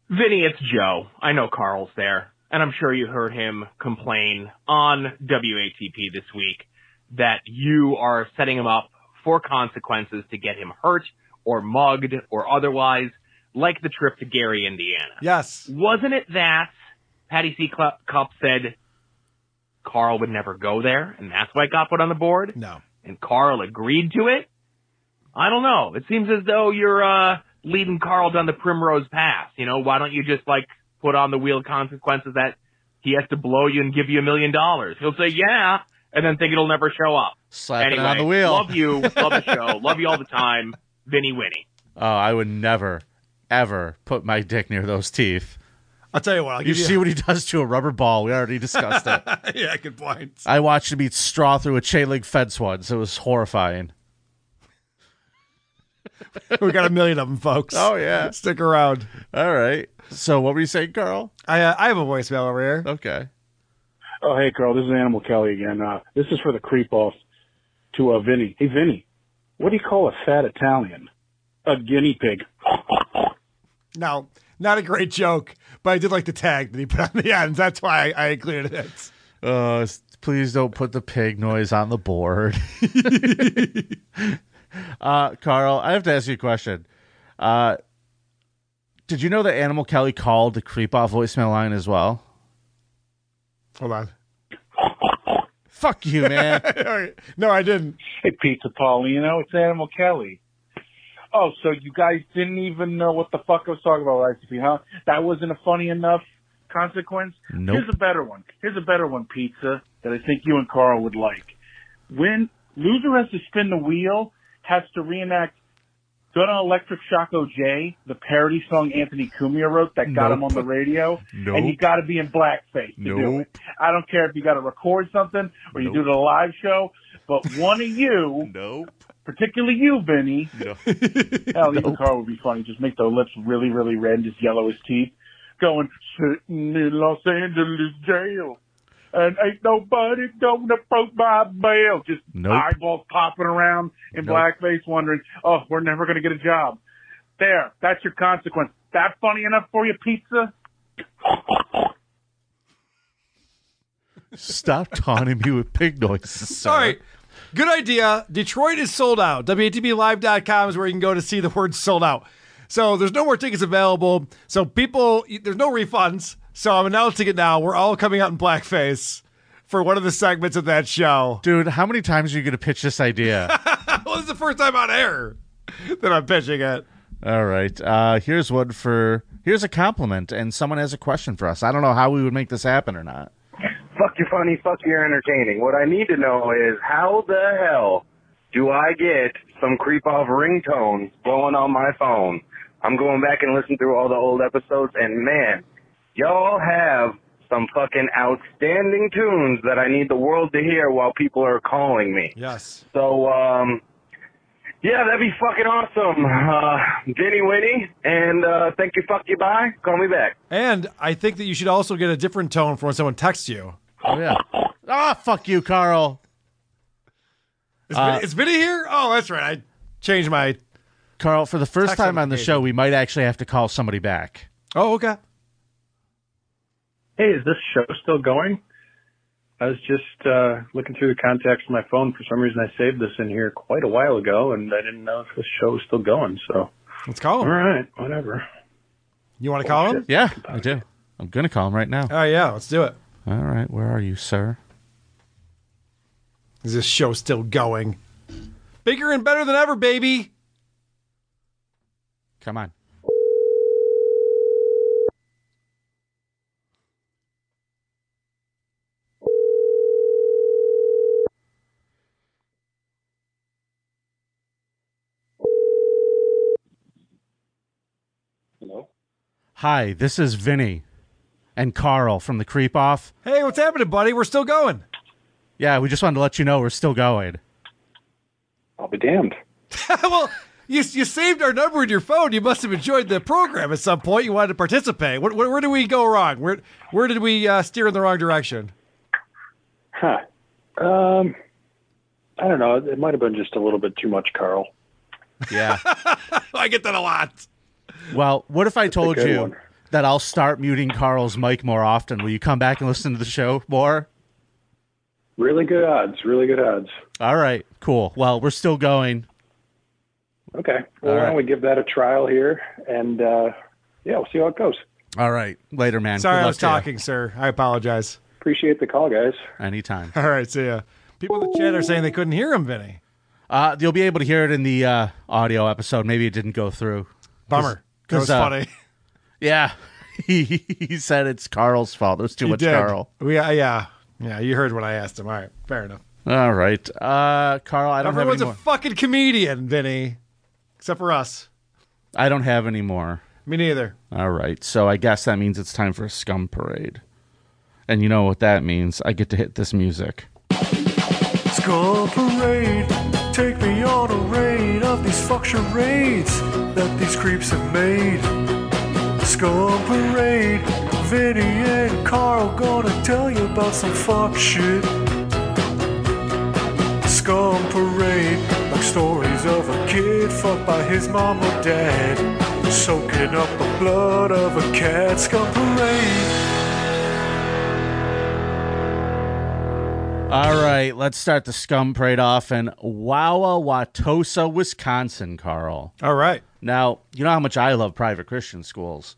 S21: Vinny, it's Joe. I know Carl's there, and I'm sure you heard him complain on WATP this week that you are setting him up for consequences to get him hurt or mugged or otherwise, like the trip to Gary, Indiana.
S9: Yes.
S21: Wasn't it that Patty C. Clu- Cup said Carl would never go there, and that's why it got put on the board?
S9: No.
S21: And Carl agreed to it? I don't know. It seems as though you're uh, leading Carl down the primrose path. You know, why don't you just like put on the wheel of consequences that he has to blow you and give you a million dollars? He'll say yeah, and then think it'll never show up.
S8: Slapping it
S21: anyway,
S8: on the wheel.
S21: love
S8: [laughs]
S21: you, love the show, love you all the time, Vinny Winnie.
S8: Oh, I would never, ever put my dick near those teeth.
S9: I'll tell you what. I'll
S8: you
S9: give
S8: see what he does to a rubber ball. We already discussed it.
S9: [laughs] yeah, good point.
S8: I watched him eat straw through a chain link fence once. It was horrifying.
S9: we got a million of them, folks.
S8: Oh, yeah.
S9: Stick around.
S8: All right. So what were you saying, Carl?
S9: I uh, I have a voicemail over here.
S8: Okay.
S22: Oh, hey, Carl. This is Animal Kelly again. Uh, this is for the creep off to uh, Vinny. Hey, Vinny, what do you call a fat Italian? A guinea pig.
S9: No, not a great joke, but I did like the tag that he put on the end. That's why I, I included it.
S8: Uh, s- please don't put the pig noise on the board. [laughs] uh, Carl, I have to ask you a question. Uh, did you know that Animal Kelly called the creep off voicemail line as well?
S9: Hold on.
S8: Fuck you,
S9: [laughs]
S8: man.
S9: No, I didn't.
S22: Hey, Pizza Paul, you know, it's Animal Kelly. Oh, so you guys didn't even know what the fuck I was talking about, ICP, huh? That wasn't a funny enough consequence?
S23: Nope.
S22: Here's a better one. Here's a better one, Pizza, that I think you and Carl would like. When loser has to spin the wheel, has to reenact Gonna Electric Shock OJ, the parody song Anthony Cumia wrote that got him on
S24: Nope.
S22: the radio.
S24: Nope.
S22: And you gotta be in blackface to do
S24: Nope.
S22: it. I don't care if you gotta record something or you do it
S24: Nope.
S22: a live show, but one of
S24: [laughs]
S22: you,
S8: nope.
S22: particularly you, Benny, hell, even
S24: Nope.
S22: Carl would be funny. Just make their lips really, really red and just yellow as teeth, going, sitting in Los Angeles jail. And ain't nobody gonna broke my bail. Just
S24: Nope.
S22: eyeballs popping around in
S24: Nope.
S22: blackface wondering, oh, we're never gonna get a job. There, that's your consequence. That funny enough for you, pizza?
S8: Stop taunting me with
S9: [laughs]
S8: pig noises.
S9: All right. Good idea. Detroit is sold out. WATBLive.com is where you can go to see the word sold out. So there's no more tickets available. So people, there's no refunds. So I'm announcing it now. We're all coming out in blackface [laughs] for one of the segments of that show.
S8: Dude, how many times are you going to pitch this idea?
S9: well, this is the first time on air [laughs] that I'm pitching it.
S8: All right. Uh, here's one for here's a compliment, and someone has a question for us. I don't know how we would make this happen or not.
S25: Fuck you're funny, fuck you're entertaining. What I need to know is how the hell do I get some creep off ringtone going on my phone? I'm going back and listening through all the old episodes and man, y'all have some fucking outstanding tunes that I need the world to hear while people are calling me.
S9: Yes.
S25: So, um, yeah, that'd be fucking awesome. Uh, Vinny Winnie, and, uh, thank you, fuck you, bye. Call me back.
S9: And I think that you should also get a different tone for when someone texts you.
S8: Oh yeah. Ah, fuck you, Carl.
S9: Is,
S8: Uh,
S9: Vinny, is Vinny here? Oh, that's right. I changed my.
S8: Carl, for the first
S9: Text
S8: time on the
S9: notification.
S8: show, we might actually have to call somebody back.
S9: Oh, okay.
S24: Hey, is this show still going? I was just uh, looking through the contacts on my phone. For some reason, I saved this in here quite a while ago, and I didn't know if this show was still going. So
S9: let's call
S24: him. All right, whatever.
S9: You want to call him?
S8: Yeah, I do. I'm gonna call him right now.
S9: Oh, yeah. Let's do it.
S8: All right, where are you, sir?
S9: Is this show still going? Bigger and better than ever, baby.
S8: Come on. Hi, this is Vinny and Carl from the Creep Off.
S9: Hey, what's happening, buddy? We're still going.
S8: Yeah, we just wanted to let you know we're still going.
S24: I'll be damned.
S9: [laughs] well, you, you saved our number in your phone. You must have enjoyed the program at some point. You wanted to participate. Where, where, where did we go wrong? Where where did we uh, steer in the wrong direction? [laughs]
S24: Huh. Um, I don't know. It might have been just a little bit too much, Carl.
S8: Yeah.
S9: I get that a lot.
S8: Well, what if I told
S24: good
S8: you
S24: one.
S8: that I'll start muting Carl's mic more often? Will you come back and listen to the show more?
S24: Really good odds. Really good odds.
S8: All right, cool. Well, we're still going.
S24: Okay. Well,
S8: All
S24: why
S8: right.
S24: don't we give that a trial here? And uh, yeah, we'll see how it goes.
S8: All right, later, man.
S9: Sorry,
S8: Good
S9: I
S8: luck
S9: was
S8: to you.
S9: talking, sir. I apologize.
S24: Appreciate the call, guys.
S8: Anytime.
S9: [laughs] All right, see ya. People in the chat are saying they couldn't hear him, Vinny.
S8: Uh, you'll be able to hear it in the uh, audio episode. Maybe it didn't go through.
S9: Bummer. That was
S8: uh,
S9: funny.
S8: [laughs] Yeah. [laughs] he, he said it's Carl's fault. There's too
S9: You
S8: much
S9: did.
S8: Carl.
S9: We, uh, yeah, yeah. You heard what I asked him. All right, fair enough.
S8: All right. Uh, Carl, I don't
S9: Everyone's
S8: have any
S9: a fucking comedian, Vinny, except for us.
S8: more. I don't have any more.
S9: Me neither.
S8: All right. So I guess that means it's time for a scum parade. And you know what that means? I get to hit this music.
S1: Skull Parade, take me on a raid of these fuck charades that these creeps have made. Skull Parade, Vinny and Carl gonna tell you about some fuck shit. Scum Parade, like stories of a kid fucked by his mom or dad, soaking up the blood of a cat. Scum Parade.
S8: All right. Let's start the scum parade off in Wawa, Watosa, Wisconsin, Carl.
S9: All right.
S8: Now, you know how much I love private Christian schools.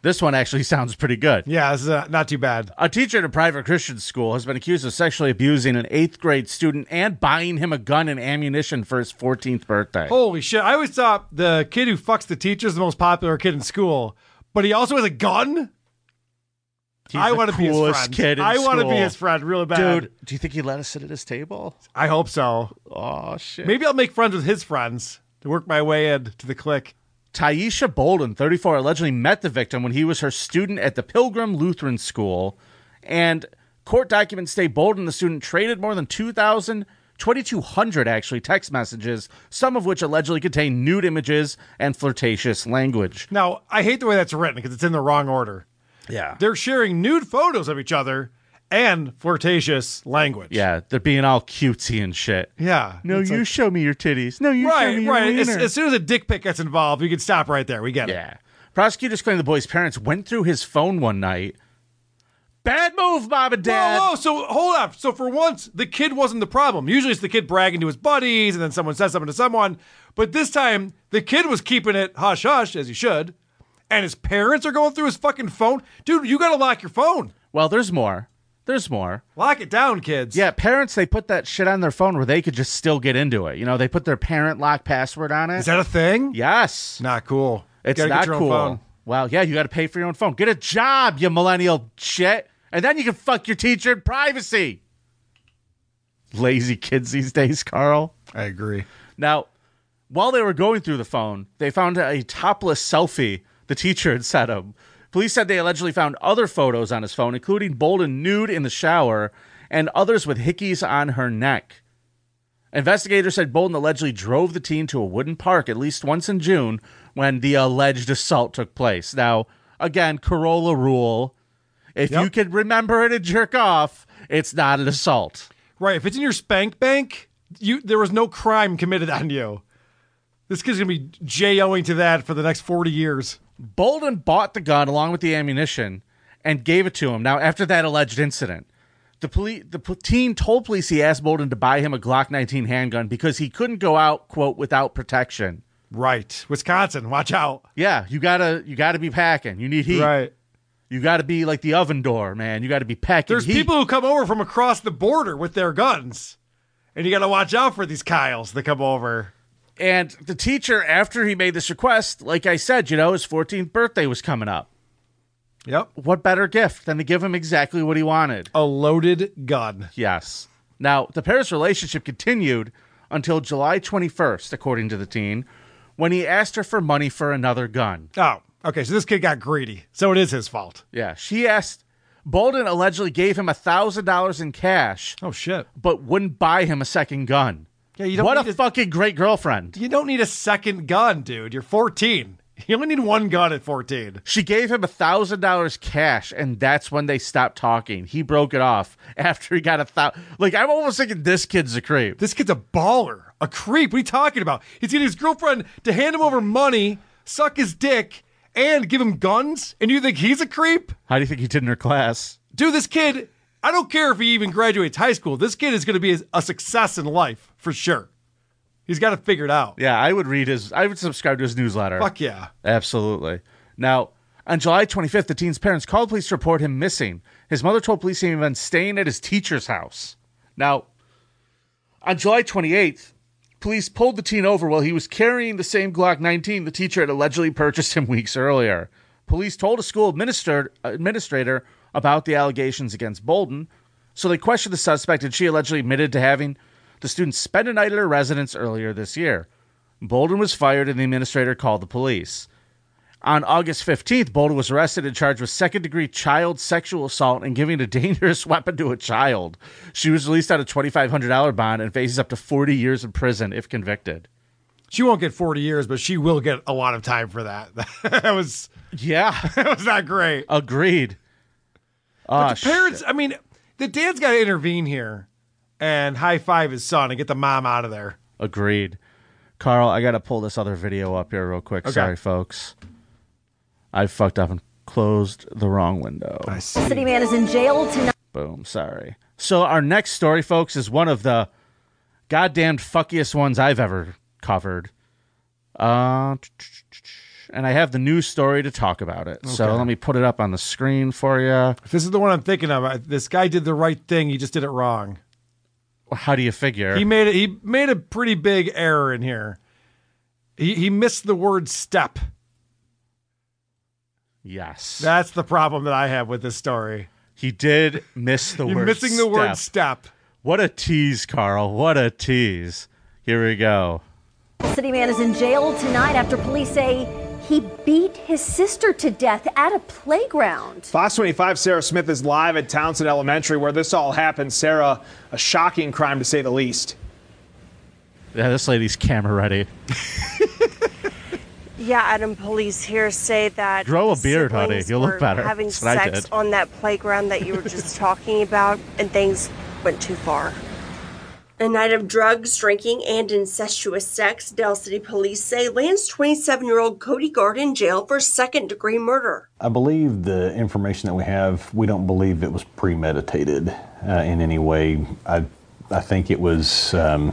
S8: This one actually [laughs] sounds pretty good.
S9: Yeah, this is uh, not too bad.
S8: A teacher at a private Christian school has been accused of sexually abusing an eighth grade student and buying him a gun and ammunition for his 14th birthday.
S9: Holy shit! I always thought the kid who fucks the teacher is the most popular kid in school, but he also has a gun.
S8: He's
S9: I
S8: the
S9: want to be his
S8: coolest
S9: friend.
S8: kid in
S9: I want to be
S8: school.
S9: his friend, really bad.
S8: Dude, do you think he let us sit at his table?
S9: I hope so.
S8: Oh shit.
S9: Maybe I'll make friends with his friends to work my way in to the clique.
S8: Taisha Bolden, 34, allegedly met the victim when he was her student at the Pilgrim Lutheran School. And court documents state Bolden, and the student, traded more than 2,000, 2,200 actually, text messages, some of which allegedly contain nude images and flirtatious language.
S9: Now, I hate the way that's written because it's in the wrong order.
S8: Yeah.
S9: They're sharing nude photos of each other and flirtatious language.
S8: Yeah, they're being all cutesy and shit.
S9: Yeah.
S8: No,
S9: It's
S8: you
S9: like-
S8: show me your titties. No, you show
S9: right,
S8: me your
S9: right. As,
S8: wiener.
S9: as soon as a dick pic gets involved, you can stop right there. We get it.
S8: Yeah. Prosecutors claim the boy's parents went through his phone one night. Bad move, mom and dad.
S9: Whoa, whoa. So hold up. So for once, the kid wasn't the problem. Usually it's the kid bragging to his buddies and then someone says something to someone. But this time, the kid was keeping it hush hush, as he should. And his parents are going through his fucking phone. Dude, you got to lock your phone.
S8: Well, there's more. There's more.
S9: Lock it down, kids.
S8: Yeah, parents, they put that shit on their phone where they could just still get into it. You know, they put their parent lock password on it.
S9: Is that a thing?
S8: Yes.
S9: Not cool.
S8: It's
S9: Gotta get
S8: not
S9: your own
S8: cool.
S9: phone.
S8: Well, yeah, you got to pay for your own phone. Get a job, you millennial shit. And then you can fuck your teacher in privacy. Lazy kids these days, Carl.
S9: I agree.
S8: Now, while they were going through the phone, they found a topless selfie the teacher had sent him. Police said they allegedly found other photos on his phone, including Bolden nude in the shower and others with hickeys on her neck. Investigators said Bolden allegedly drove the teen to a wooden park at least once in June when the alleged assault took place. Now, again, Corolla rule if you can remember it and jerk off, it's not an assault.
S9: Right. If it's in your spank bank, you there was no crime committed on you. This kid's gonna be J-O-ing to that for the next forty years.
S8: Bolden bought the gun along with the ammunition and gave it to him. Now, after that alleged incident, the police the p- teen told police he asked Bolden to buy him a Glock 19 handgun because he couldn't go out quote without protection.
S9: Right, Wisconsin, watch out.
S8: Yeah, you gotta you gotta be packing. You need heat.
S9: Right.
S8: You gotta be like the oven door, man. You gotta be packing.
S9: There's
S8: heat.
S9: people who come over from across the border with their guns, and you gotta watch out for these Kyles that come over.
S8: And the teacher, after he made this request, like I said, you know, his 14th birthday was coming up.
S9: Yep.
S8: What better gift than to give him exactly what he wanted?
S9: A loaded gun.
S8: Yes. Now, the pair's relationship continued until July 21st, according to the teen, when he asked her for money for another gun.
S9: Oh, all Okay, so this kid got greedy. So it is his fault.
S8: Yeah, she asked. Bolden allegedly gave him a thousand dollars in cash.
S9: Oh shit!
S8: But wouldn't buy him a second gun.
S9: Yeah, you don't
S8: What
S9: need
S8: a fucking great girlfriend.
S9: You don't need a second gun, dude. You're 14. You only need one gun at 14.
S8: She gave him a thousand dollars cash, and that's when they stopped talking. He broke it off [laughs] after he got a thousand. Like I'm almost thinking this kid's a creep.
S9: This kid's a baller, a creep. What are you talking about? He's getting his girlfriend to hand him over money, suck his dick, and give him guns. And you think he's a creep?
S8: How do you think he did in her class?
S9: Dude, this kid, I don't care if he even graduates high school. This kid is going to be a success in life for sure. He's got to figure it out.
S8: Yeah, I would read his. I would subscribe to his newsletter.
S9: Fuck yeah.
S8: Absolutely. Now, on July 25th, the teen's parents called police to report him missing. His mother told police he had been staying at his teacher's house. Now, on July 28th, police pulled the teen over while he was carrying the same Glock 19 the teacher had allegedly purchased him [laughs] weeks earlier. Police told a school administer- administrator about the allegations against Bolden, so they questioned the suspect and she allegedly admitted to having the student spend a night at her residence earlier this year. Bolden was fired and the administrator called the police. On August 15th, Bolden was arrested and charged with second degree child sexual assault and giving a dangerous [laughs] weapon to a child. She was released on a $2,500 bond and faces up to 40 years in prison if convicted.
S9: She won't get 40 years, but she will get a lot of time for that. [laughs] that was
S8: Yeah.
S9: [laughs] that was not great.
S8: Agreed.
S9: But
S8: Ah,
S9: the parents, I mean, the dad's got to intervene here and high five his son and get the mom out of there.
S8: Agreed. Carl, I got to pull this other video up here real quick.
S9: Okay.
S8: Sorry, folks. I fucked up and closed the wrong window. I
S2: City man is in jail tonight.
S8: Boom. Sorry. So our next story, folks, is one of the goddamn fuckiest ones I've ever covered. Uh, and I have the news story to talk about it. So
S9: Okay.
S8: let me put it up on the screen for you.
S9: If this is the one I'm thinking of, I, this guy did the right thing. He just did it wrong.
S8: How do you figure?
S9: He made a, he made a pretty big error in here. He he missed the word step.
S8: yes,
S9: That's the problem that I have with this story.
S8: he did miss the
S9: You're
S8: word.
S9: missing the word step.
S8: What a tease, Carl. What a tease. Here we go.
S2: City man is in jail tonight after police say he beat his sister to death at a playground.
S3: Fox 25 Sarah Smith is live at Townsend Elementary where this all happened. Sarah, a shocking crime to say the least.
S8: Yeah, this lady's camera ready.
S6: Yeah, Adam. Police here say that
S8: Grow a beard, honey.
S6: siblings
S8: You'll look
S6: were
S8: better.
S6: Having
S8: That's what I
S6: sex
S8: did.
S6: on that playground that you
S8: [laughs]
S6: were just talking about, and things went too far.
S10: A night of drugs, drinking, and incestuous sex, Dell City police say lands 27 year old Cody Gard in jail for second degree murder.
S23: I believe the information that we have, we don't believe it was premeditated uh, in any way. I, I think it was um,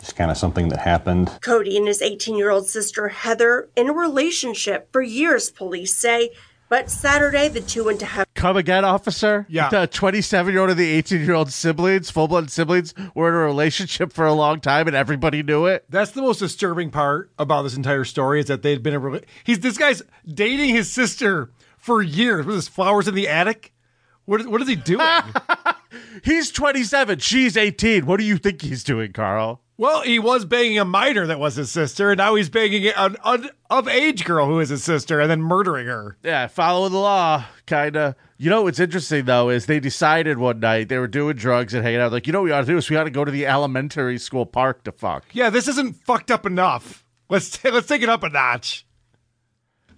S23: just kind of something that happened.
S10: Cody and his 18 year old sister Heather in a relationship for years, police say, but Saturday the two went to have.
S8: Come again, officer?
S10: Yeah.
S8: The 27 year old and the 18 year old siblings, full blood siblings, were in a relationship for a long time and everybody knew it.
S9: That's the most disturbing part about this entire story is that they'd been a rela- he's this guy's dating his sister for years with his flowers in the attic. What is, what is he doing?
S8: [laughs] he's 27, she's 18. What do you think he's doing, Carl?
S9: Well, he was banging a minor that was his sister, and now he's banging an un- of age girl who is his sister, and then murdering her.
S8: Yeah, follow the law, kind of. You know what's interesting, though, is they decided one night they were doing drugs and hanging out. Like, you know what we ought to do is we ought to go to the elementary school park to fuck.
S9: Yeah, this isn't fucked up enough. Let's [laughs] t- let's take it up a notch.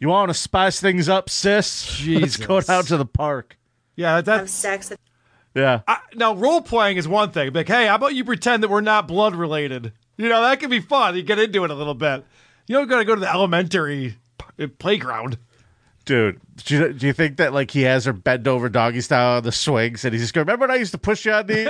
S8: You want to spice things up, sis? Let's go
S9: Jesus.
S8: down to the park.
S9: Yeah,
S10: Have
S9: that's
S10: sex.
S8: Yeah.
S9: I, now role playing is one thing. Like, hey, how about you pretend that we're not blood related? You know that could be fun. You get into it a little bit. You don't got to go to the elementary p- playground.
S8: Dude, do you, do you think that like he has her bent over doggy style on the swings and he's just going, remember when I used to push you on these?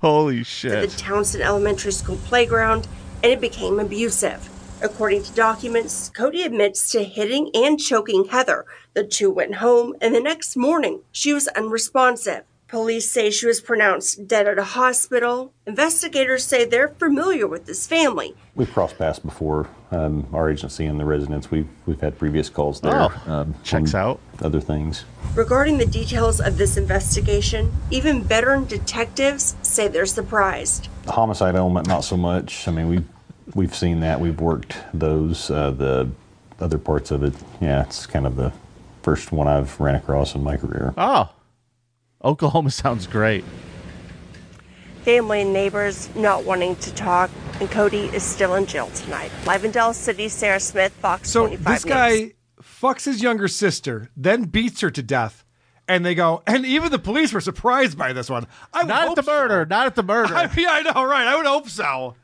S8: Holy
S10: to the
S8: shit.
S10: Townsend Elementary School playground, and it became abusive. According to documents, Cody admits to hitting and choking Heather. The two went home, and the next morning, she was unresponsive. Police say she was pronounced dead at a hospital. Investigators say they're familiar with this family.
S23: We've crossed paths before, um, our agency and the residents. We've, we've had previous calls there. um, Checks
S8: Oh, out.
S23: Other things.
S10: Regarding the details of this investigation, even veteran detectives say they're surprised.
S23: The homicide element, not so much. I mean, we We've seen that. We've worked those. Uh, the other parts of it, yeah, it's kind of the first one I've ran across in my career.
S8: Oh, Oklahoma sounds great.
S6: Family and neighbors not wanting to talk, and Cody is still in jail tonight. Live in Dallas City, Sarah Smith, Fox
S9: So
S6: 25
S9: this guy
S6: News.
S9: fucks his younger sister, then beats her to death, and they go. And even the police were surprised by this one. I not at the murder.
S8: Not at the murder.
S9: [laughs] I mean, I know, right? I would hope so.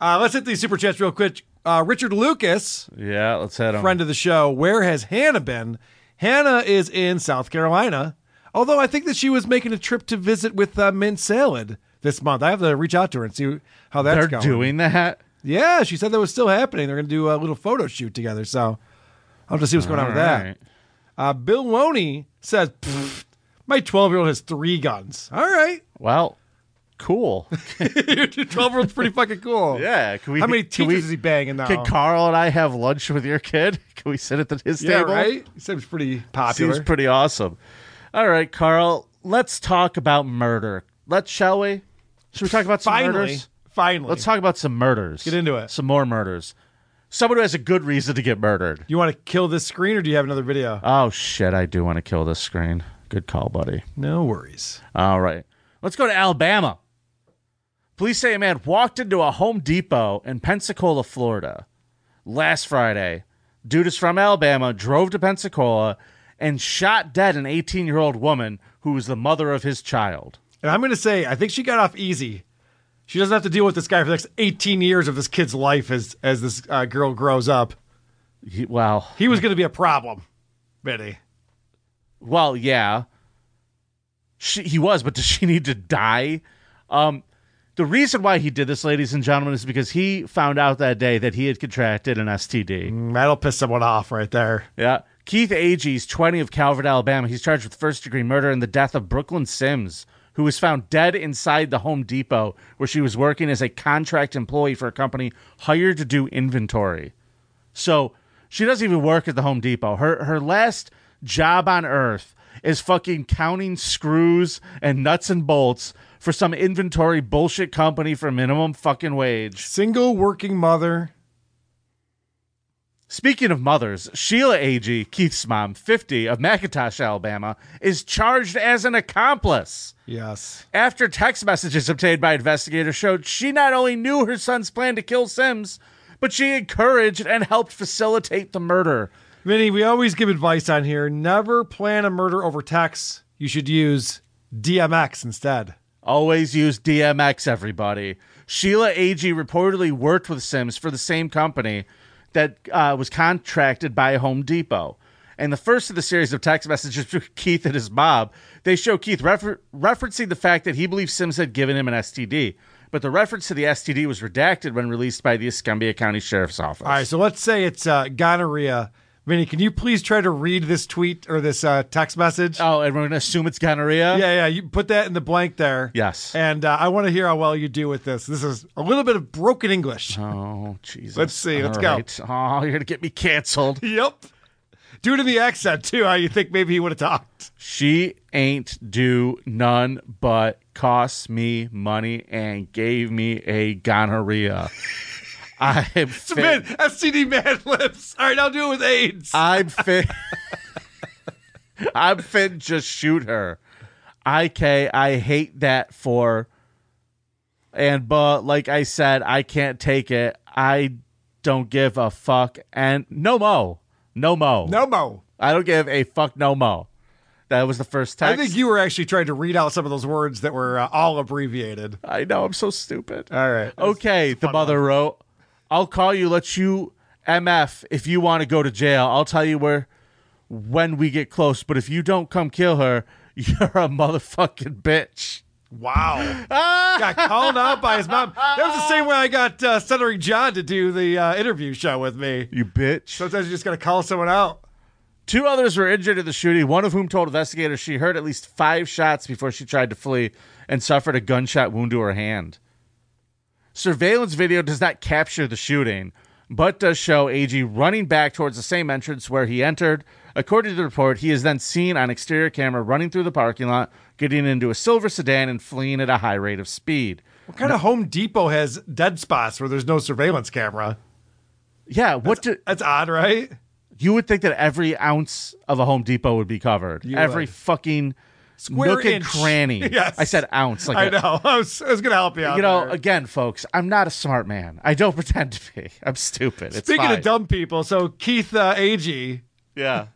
S9: Uh, let's hit these super chats real quick. Uh, Richard Lucas,
S8: Yeah, let's head on.
S9: friend of the show, where has Hannah been? Hannah is in South Carolina. Although I think that she was making a trip to visit with uh, Mint Salad this month. I have to reach out to her and see how that's
S8: They're
S9: going.
S8: doing that.
S9: Yeah, she said that was still happening. They're going to do a little photo shoot together. So I'll have to see what's going on with
S8: All
S9: that. Uh, Bill Loney says, "Pfft, "My twelve-year-old has three guns." All right, [laughs]
S8: Well, cool.
S9: twelve-year-old's pretty fucking cool.
S8: [laughs] Yeah, [laughs] can we?
S9: How many
S8: can
S9: teachers
S8: we-
S9: is he banging now?
S8: Can Carl and I have lunch with your kid? [laughs] Can we sit at the, his
S9: yeah,
S8: table?
S9: right. He seems pretty popular.
S8: Seems pretty awesome. All right, Carl. Let's talk about murder. Let's, shall we? Should we talk about some
S9: Finally.
S8: murders?
S9: Finally,
S8: let's talk about some murders. Get into it. Some more murders. Someone who has a good reason to get murdered.
S9: you want to kill this screen, or do you have another video?
S8: Oh shit! I do want to kill this screen. Good call, buddy.
S9: No worries.
S8: All right. Let's go to Alabama. Police say a man walked into a Home Depot in Pensacola, Florida last Friday. Dude is from Alabama, drove to Pensacola, and shot dead an 18 year old woman who was the mother of his child.
S9: And I'm going to say, I think she got off easy. She doesn't have to deal with this guy for the next 18 years of this kid's life as as this uh, girl grows up.
S8: wow,
S9: he was going to be a problem, Betty.
S8: Well, yeah. She, he was, but does [laughs] she need to die? Um, the reason why he did this, ladies and gentlemen, is because he found out that day that he had contracted an STD.
S9: Mm, that'll piss someone off right there.
S8: Yeah. Keith Agee's 20 of Calvert, Alabama. He's charged with first degree murder and the death of Brooklyn Sims, who was found dead inside the Home Depot where she was working as a contract employee for a company hired to do inventory. So she doesn't even work at the Home Depot. Her her last job on earth is fucking counting screws and nuts and bolts for some inventory bullshit company for minimum fucking wage.
S9: Single working mother.
S8: Speaking of mothers, Sheila A.G., Keith's mom, 50, of McIntosh, Alabama, is charged as an accomplice.
S9: Yes.
S8: After text messages obtained by investigators showed she not only knew her son's plan to kill Sims, but she encouraged and helped facilitate the murder.
S9: Vinny, we always give advice on here. Never plan a murder over text. You should use DMX instead.
S8: Always use DMX, everybody. Sheila A.G. reportedly worked with Sims for the same company that uh, was contracted by Home Depot. And the first of the series of text messages [laughs] to Keith and his mob, they show Keith refer- referencing the fact that he believes Sims had given him an STD. But the reference to the STD was redacted when released by the Escambia County Sheriff's Office.
S9: All right, so let's say it's uh, gonorrhea. Vinny, can you please try to read this tweet or this uh, text message?
S8: Oh, and we're going to assume it's gonorrhea?
S9: Yeah, yeah. You put that in the blank there.
S8: Yes.
S9: And uh, I want to hear how well you do with this. This is a little bit of broken English.
S8: Oh, Jesus.
S9: Let's see. Let's
S8: All
S9: go.
S8: right. Oh, you're going to get me canceled.
S9: Yep. Due to the accent, too, how you think maybe he would have talked.
S8: She ain't do none but cost me money and gave me a gonorrhea. [laughs] I am
S9: It's been
S8: fit.
S9: STD man [laughs] lips. All right, I'll do it with AIDS.
S8: I'm fit. [laughs] I'm fit. Just shoot her. IK, I hate that for. And but like I said, I can't take it. I don't give a fuck. And no mo, no mo, no
S9: mo.
S8: I don't give a fuck. No mo. That was the first text.
S9: I think you were actually trying to read out some of those words that were uh, all abbreviated.
S8: I know. I'm so stupid.
S9: All right.
S8: Okay, the mother wrote, I'll call you, let you MF if you want to go to jail. I'll tell you where when we get close, but if you don't come kill her, [laughs] you're a motherfucking bitch.
S9: Wow. got called out by his mom. That was the same way I got uh, Senator John to do the uh, interview show with me.
S8: You bitch.
S9: Sometimes you just got to call someone out.
S8: Two others were injured in the shooting, one of whom told investigators she heard at least five shots before she tried to flee and suffered a gunshot wound to her hand. Surveillance video does not capture the shooting, but does show AG running back towards the same entrance where he entered. According to the report, he is then seen on exterior camera running through the parking lot, getting into a silver sedan, and fleeing at a high rate of speed.
S9: What kind of Home Depot has dead spots where there's no surveillance camera?
S8: Yeah, what
S9: that's, that's odd, right?
S8: You would think that every ounce of a Home Depot would be covered.
S9: You
S8: every
S9: would.
S8: fucking
S9: Square
S8: nook and
S9: inch.
S8: cranny.
S9: [laughs] Yes.
S8: I said ounce. Oh, Like
S9: I
S8: a-
S9: know. [laughs] I was, I was going to help you out.
S8: You know,
S9: there.
S8: again, folks, I'm not a smart man. I don't [laughs] pretend to be. I'm stupid. It's
S9: Speaking
S8: fine.
S9: of dumb people, so Keith uh, Agee.
S8: Yeah.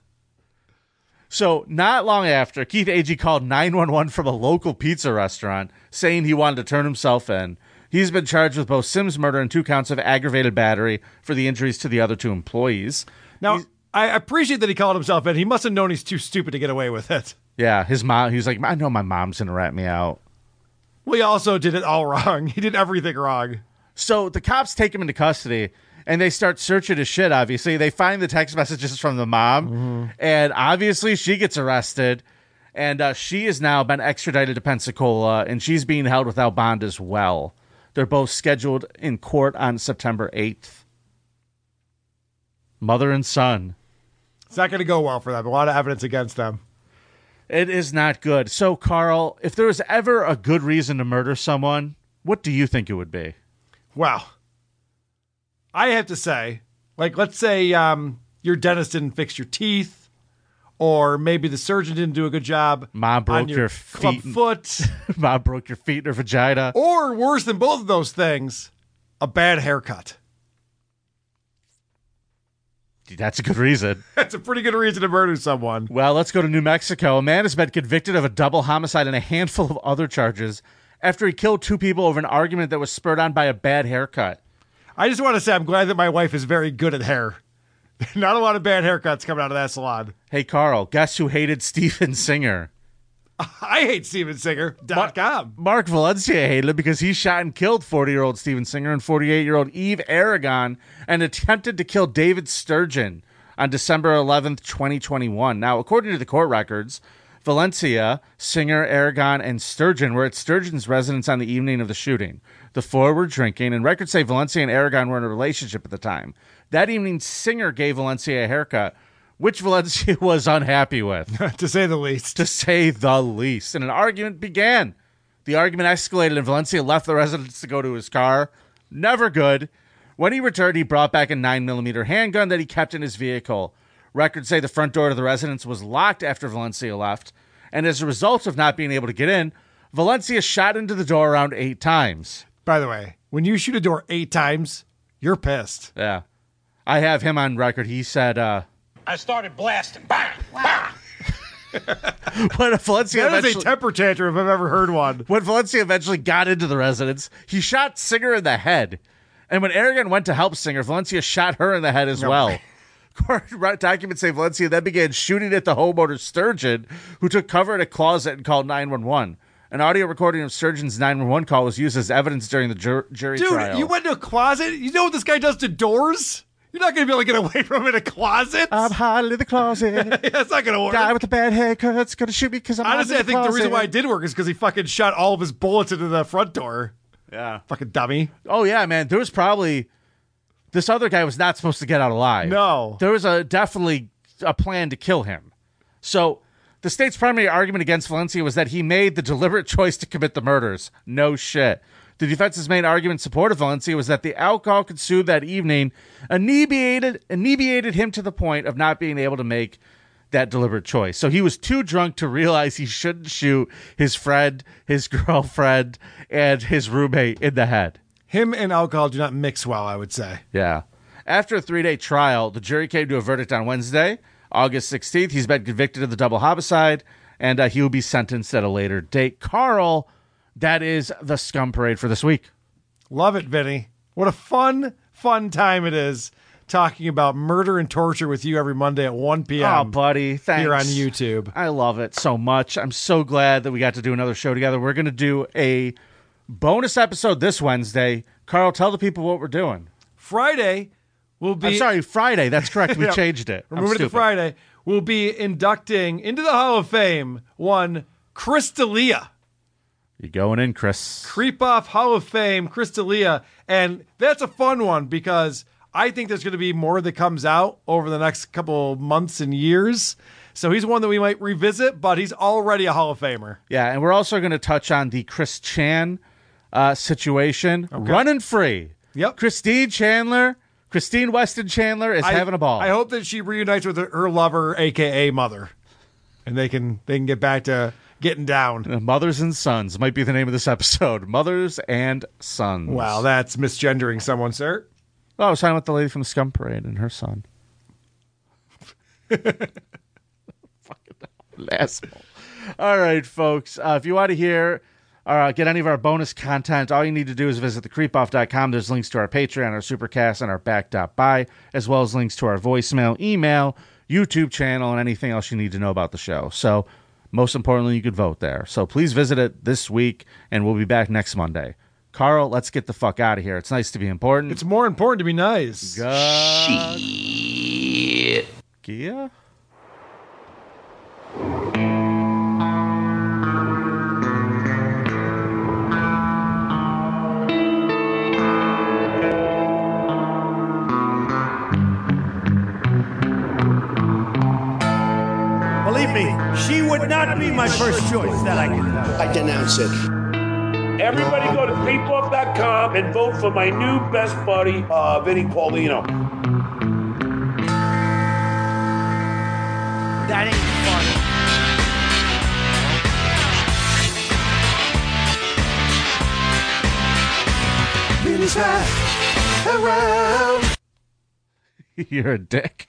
S8: So, not long after, Keith Agee called 911 from a local pizza restaurant saying he wanted to turn himself in. He's been charged with both Sims murder and two counts of aggravated battery for the injuries to the other two employees.
S9: Now, I appreciate that he called himself in. He must have known he's too stupid to get away with it.
S8: Yeah, his mom, he was like, I know my mom's going to rat me out.
S9: Well, he also did it all [laughs] wrong. He did everything wrong.
S8: So the cops take him into custody and they start searching his shit, obviously. They find the text messages from the mom,
S9: Mm-hmm.
S8: and obviously she gets arrested. And uh, she has now been extradited to Pensacola, and she's being held without bond as well. They're both scheduled in court on September 8th. Mother and son.
S9: It's not going to go well for them. A lot of evidence against them.
S8: It is not good. So, Carl, if there was ever a good reason to murder someone, what do you think it would be?
S9: Wow. I have to say, like, let's say um, your dentist didn't fix your teeth, or maybe the surgeon didn't do a good job.
S8: Mom broke
S9: on your,
S8: your
S9: club
S8: feet. [laughs]
S9: foot,
S8: Mom broke your feet in her vagina.
S9: or worse than both of those things, a bad haircut.
S8: That's a good reason.
S9: [laughs] That's a pretty good reason to murder someone.
S8: Well, let's go to New Mexico. A man has been convicted of a double homicide and a handful of other charges after he killed two people over an argument that was spurred on by a bad haircut.
S9: I just want to say I'm glad that my wife is very good at hair. [laughs] Not a lot of bad haircuts coming out of that salon.
S8: Hey, Carl, guess who hated Steven Singer?
S9: I hate StevenSinger.com.
S8: Mark Valencia hated him because he shot and killed 40 year old Steven Singer and 48 year old Eve Aragon and attempted to kill David Sturgeon on December 11th, 2021. Now, according to the court records, Valencia, Singer, Aragon, and Sturgeon were at Sturgeon's residence on the evening of the shooting. The four were drinking, and records say Valencia and Aragon were in a relationship at the time. That evening, Singer gave Valencia a haircut, which Valencia [laughs] was unhappy with.
S9: [laughs] to say the least.
S8: To say the least. And an argument began. The argument escalated, and Valencia left the residence to go to his car. Never good. When he returned, he brought back a 9mm handgun that he kept in his vehicle. Records say the front door to the residence was locked after Valencia left, and as a result of not being able to get in, Valencia shot into the door around eight times.
S9: By the way, when you shoot a door eight times, you're pissed.
S8: Yeah. I have him on record. He said, uh,
S11: I started blasting. Bang!
S8: [laughs] when Valencia
S9: That is a
S8: eventually-
S9: temper tantrum if I've ever heard one.
S8: [laughs] When Valencia eventually got into the residence, he shot Singer in the head. And when Aragon went to help Singer, Valencia shot her in the head as well. [laughs] Court documents say Valencia then began shooting at the homeowner Sturgeon, who took cover in a closet and called 911. An audio recording of Sturgeon's 911 call was used as evidence during the jur- jury
S9: Dude,
S8: trial.
S9: you went to a closet? You know what this guy does to doors? You're not going to be able to get away from it in a closet.
S8: I'm hiding in
S9: [laughs]
S8: the closet.
S9: That's not going to work.
S8: Guy with a bad haircut's gonna shoot me because I'm
S9: Honestly, I
S8: hiding in
S9: think the reason
S8: closet.
S9: why it did work is because he fucking shot all of his bullets into the front door.
S8: Yeah.
S9: Fucking dummy.
S8: Oh yeah, man. There was probably this other guy was not supposed to get out alive.
S9: No.
S8: There was a definitely a plan to kill him. So the state's primary argument against Valencia was that he made the [laughs] deliberate choice to commit the murders. No shit. The defense's main argument in support of Valencia was that the alcohol consumed that evening inebriated inebriated him to the point of not being able to make that deliberate choice. So he was too drunk to realize he shouldn't shoot his friend, his [laughs] girlfriend, and his roommate in the head.
S9: Him and alcohol do not mix well, I would say.
S8: Yeah. After a three day trial, the jury came to a verdict on Wednesday, August 16th. He's been convicted of the double homicide, and uh, he will be sentenced at a later date. Carl, that is the scum parade for this week.
S9: Love it, Vinny. What a fun, fun time it is talking about murder and torture with you every Monday at 1 p.m.
S8: Oh, buddy. Thanks.
S9: Here on YouTube.
S8: I love it so much. I'm so glad that we got to do another show together. We're going to do a bonus episode this Wednesday. Carl, tell the people what we're doing.
S9: Friday will be.
S8: I'm
S9: [laughs]
S8: sorry, Friday. That's correct. We
S9: Yeah.
S8: changed it. I'm
S9: Remember the
S8: stupid.
S9: Friday. We'll be inducting into the Hall of Fame one Chris D'Elia.
S8: You're going in, Chris.
S9: Creep Off Hall of Fame, Chris D'Elia. And that's a fun one because I think there's going to be more that comes out over the next couple months and years. So he's one that we might revisit, but he's already a Hall of Famer.
S8: Yeah, and we're also going to touch on the Chris Chan uh, situation, running free.
S9: Yep.
S8: Christine Chandler, Christine Weston Chandler is
S9: I-
S8: having a ball.
S9: I hope that she reunites with her, her lover, aka mother, and they can they can get back to getting down.
S8: Uh, Mothers and Sons might be the name of this episode. Mothers and Sons.
S9: Wow, that's misgendering someone, sir.
S8: Oh, I was talking about the lady from Scum Parade and her son. Fucking asshole. All right, folks. Uh, if you want to hear or uh, get any of our bonus content, all you need to do is visit thecreepoff.com. There's links to our Patreon, our Supercast, and our back.by, as well as links to our voicemail, email, YouTube channel, and anything else you need to know about the show. So, most importantly, you could vote there. So, please visit it this week, and we'll be back next Monday. Carl, let's get the fuck out of here. It's nice to be important. It's
S9: more important to be nice.
S8: Shit. Gia?
S12: Believe me, she would not be my first choice that I can I denounce it.
S7: Everybody go to creepup.com and vote for my new best buddy, uh, Vinny Paulino.
S12: That ain't funny. Vinny's right
S1: [laughs]
S12: around.
S9: [laughs]
S8: You're a dick.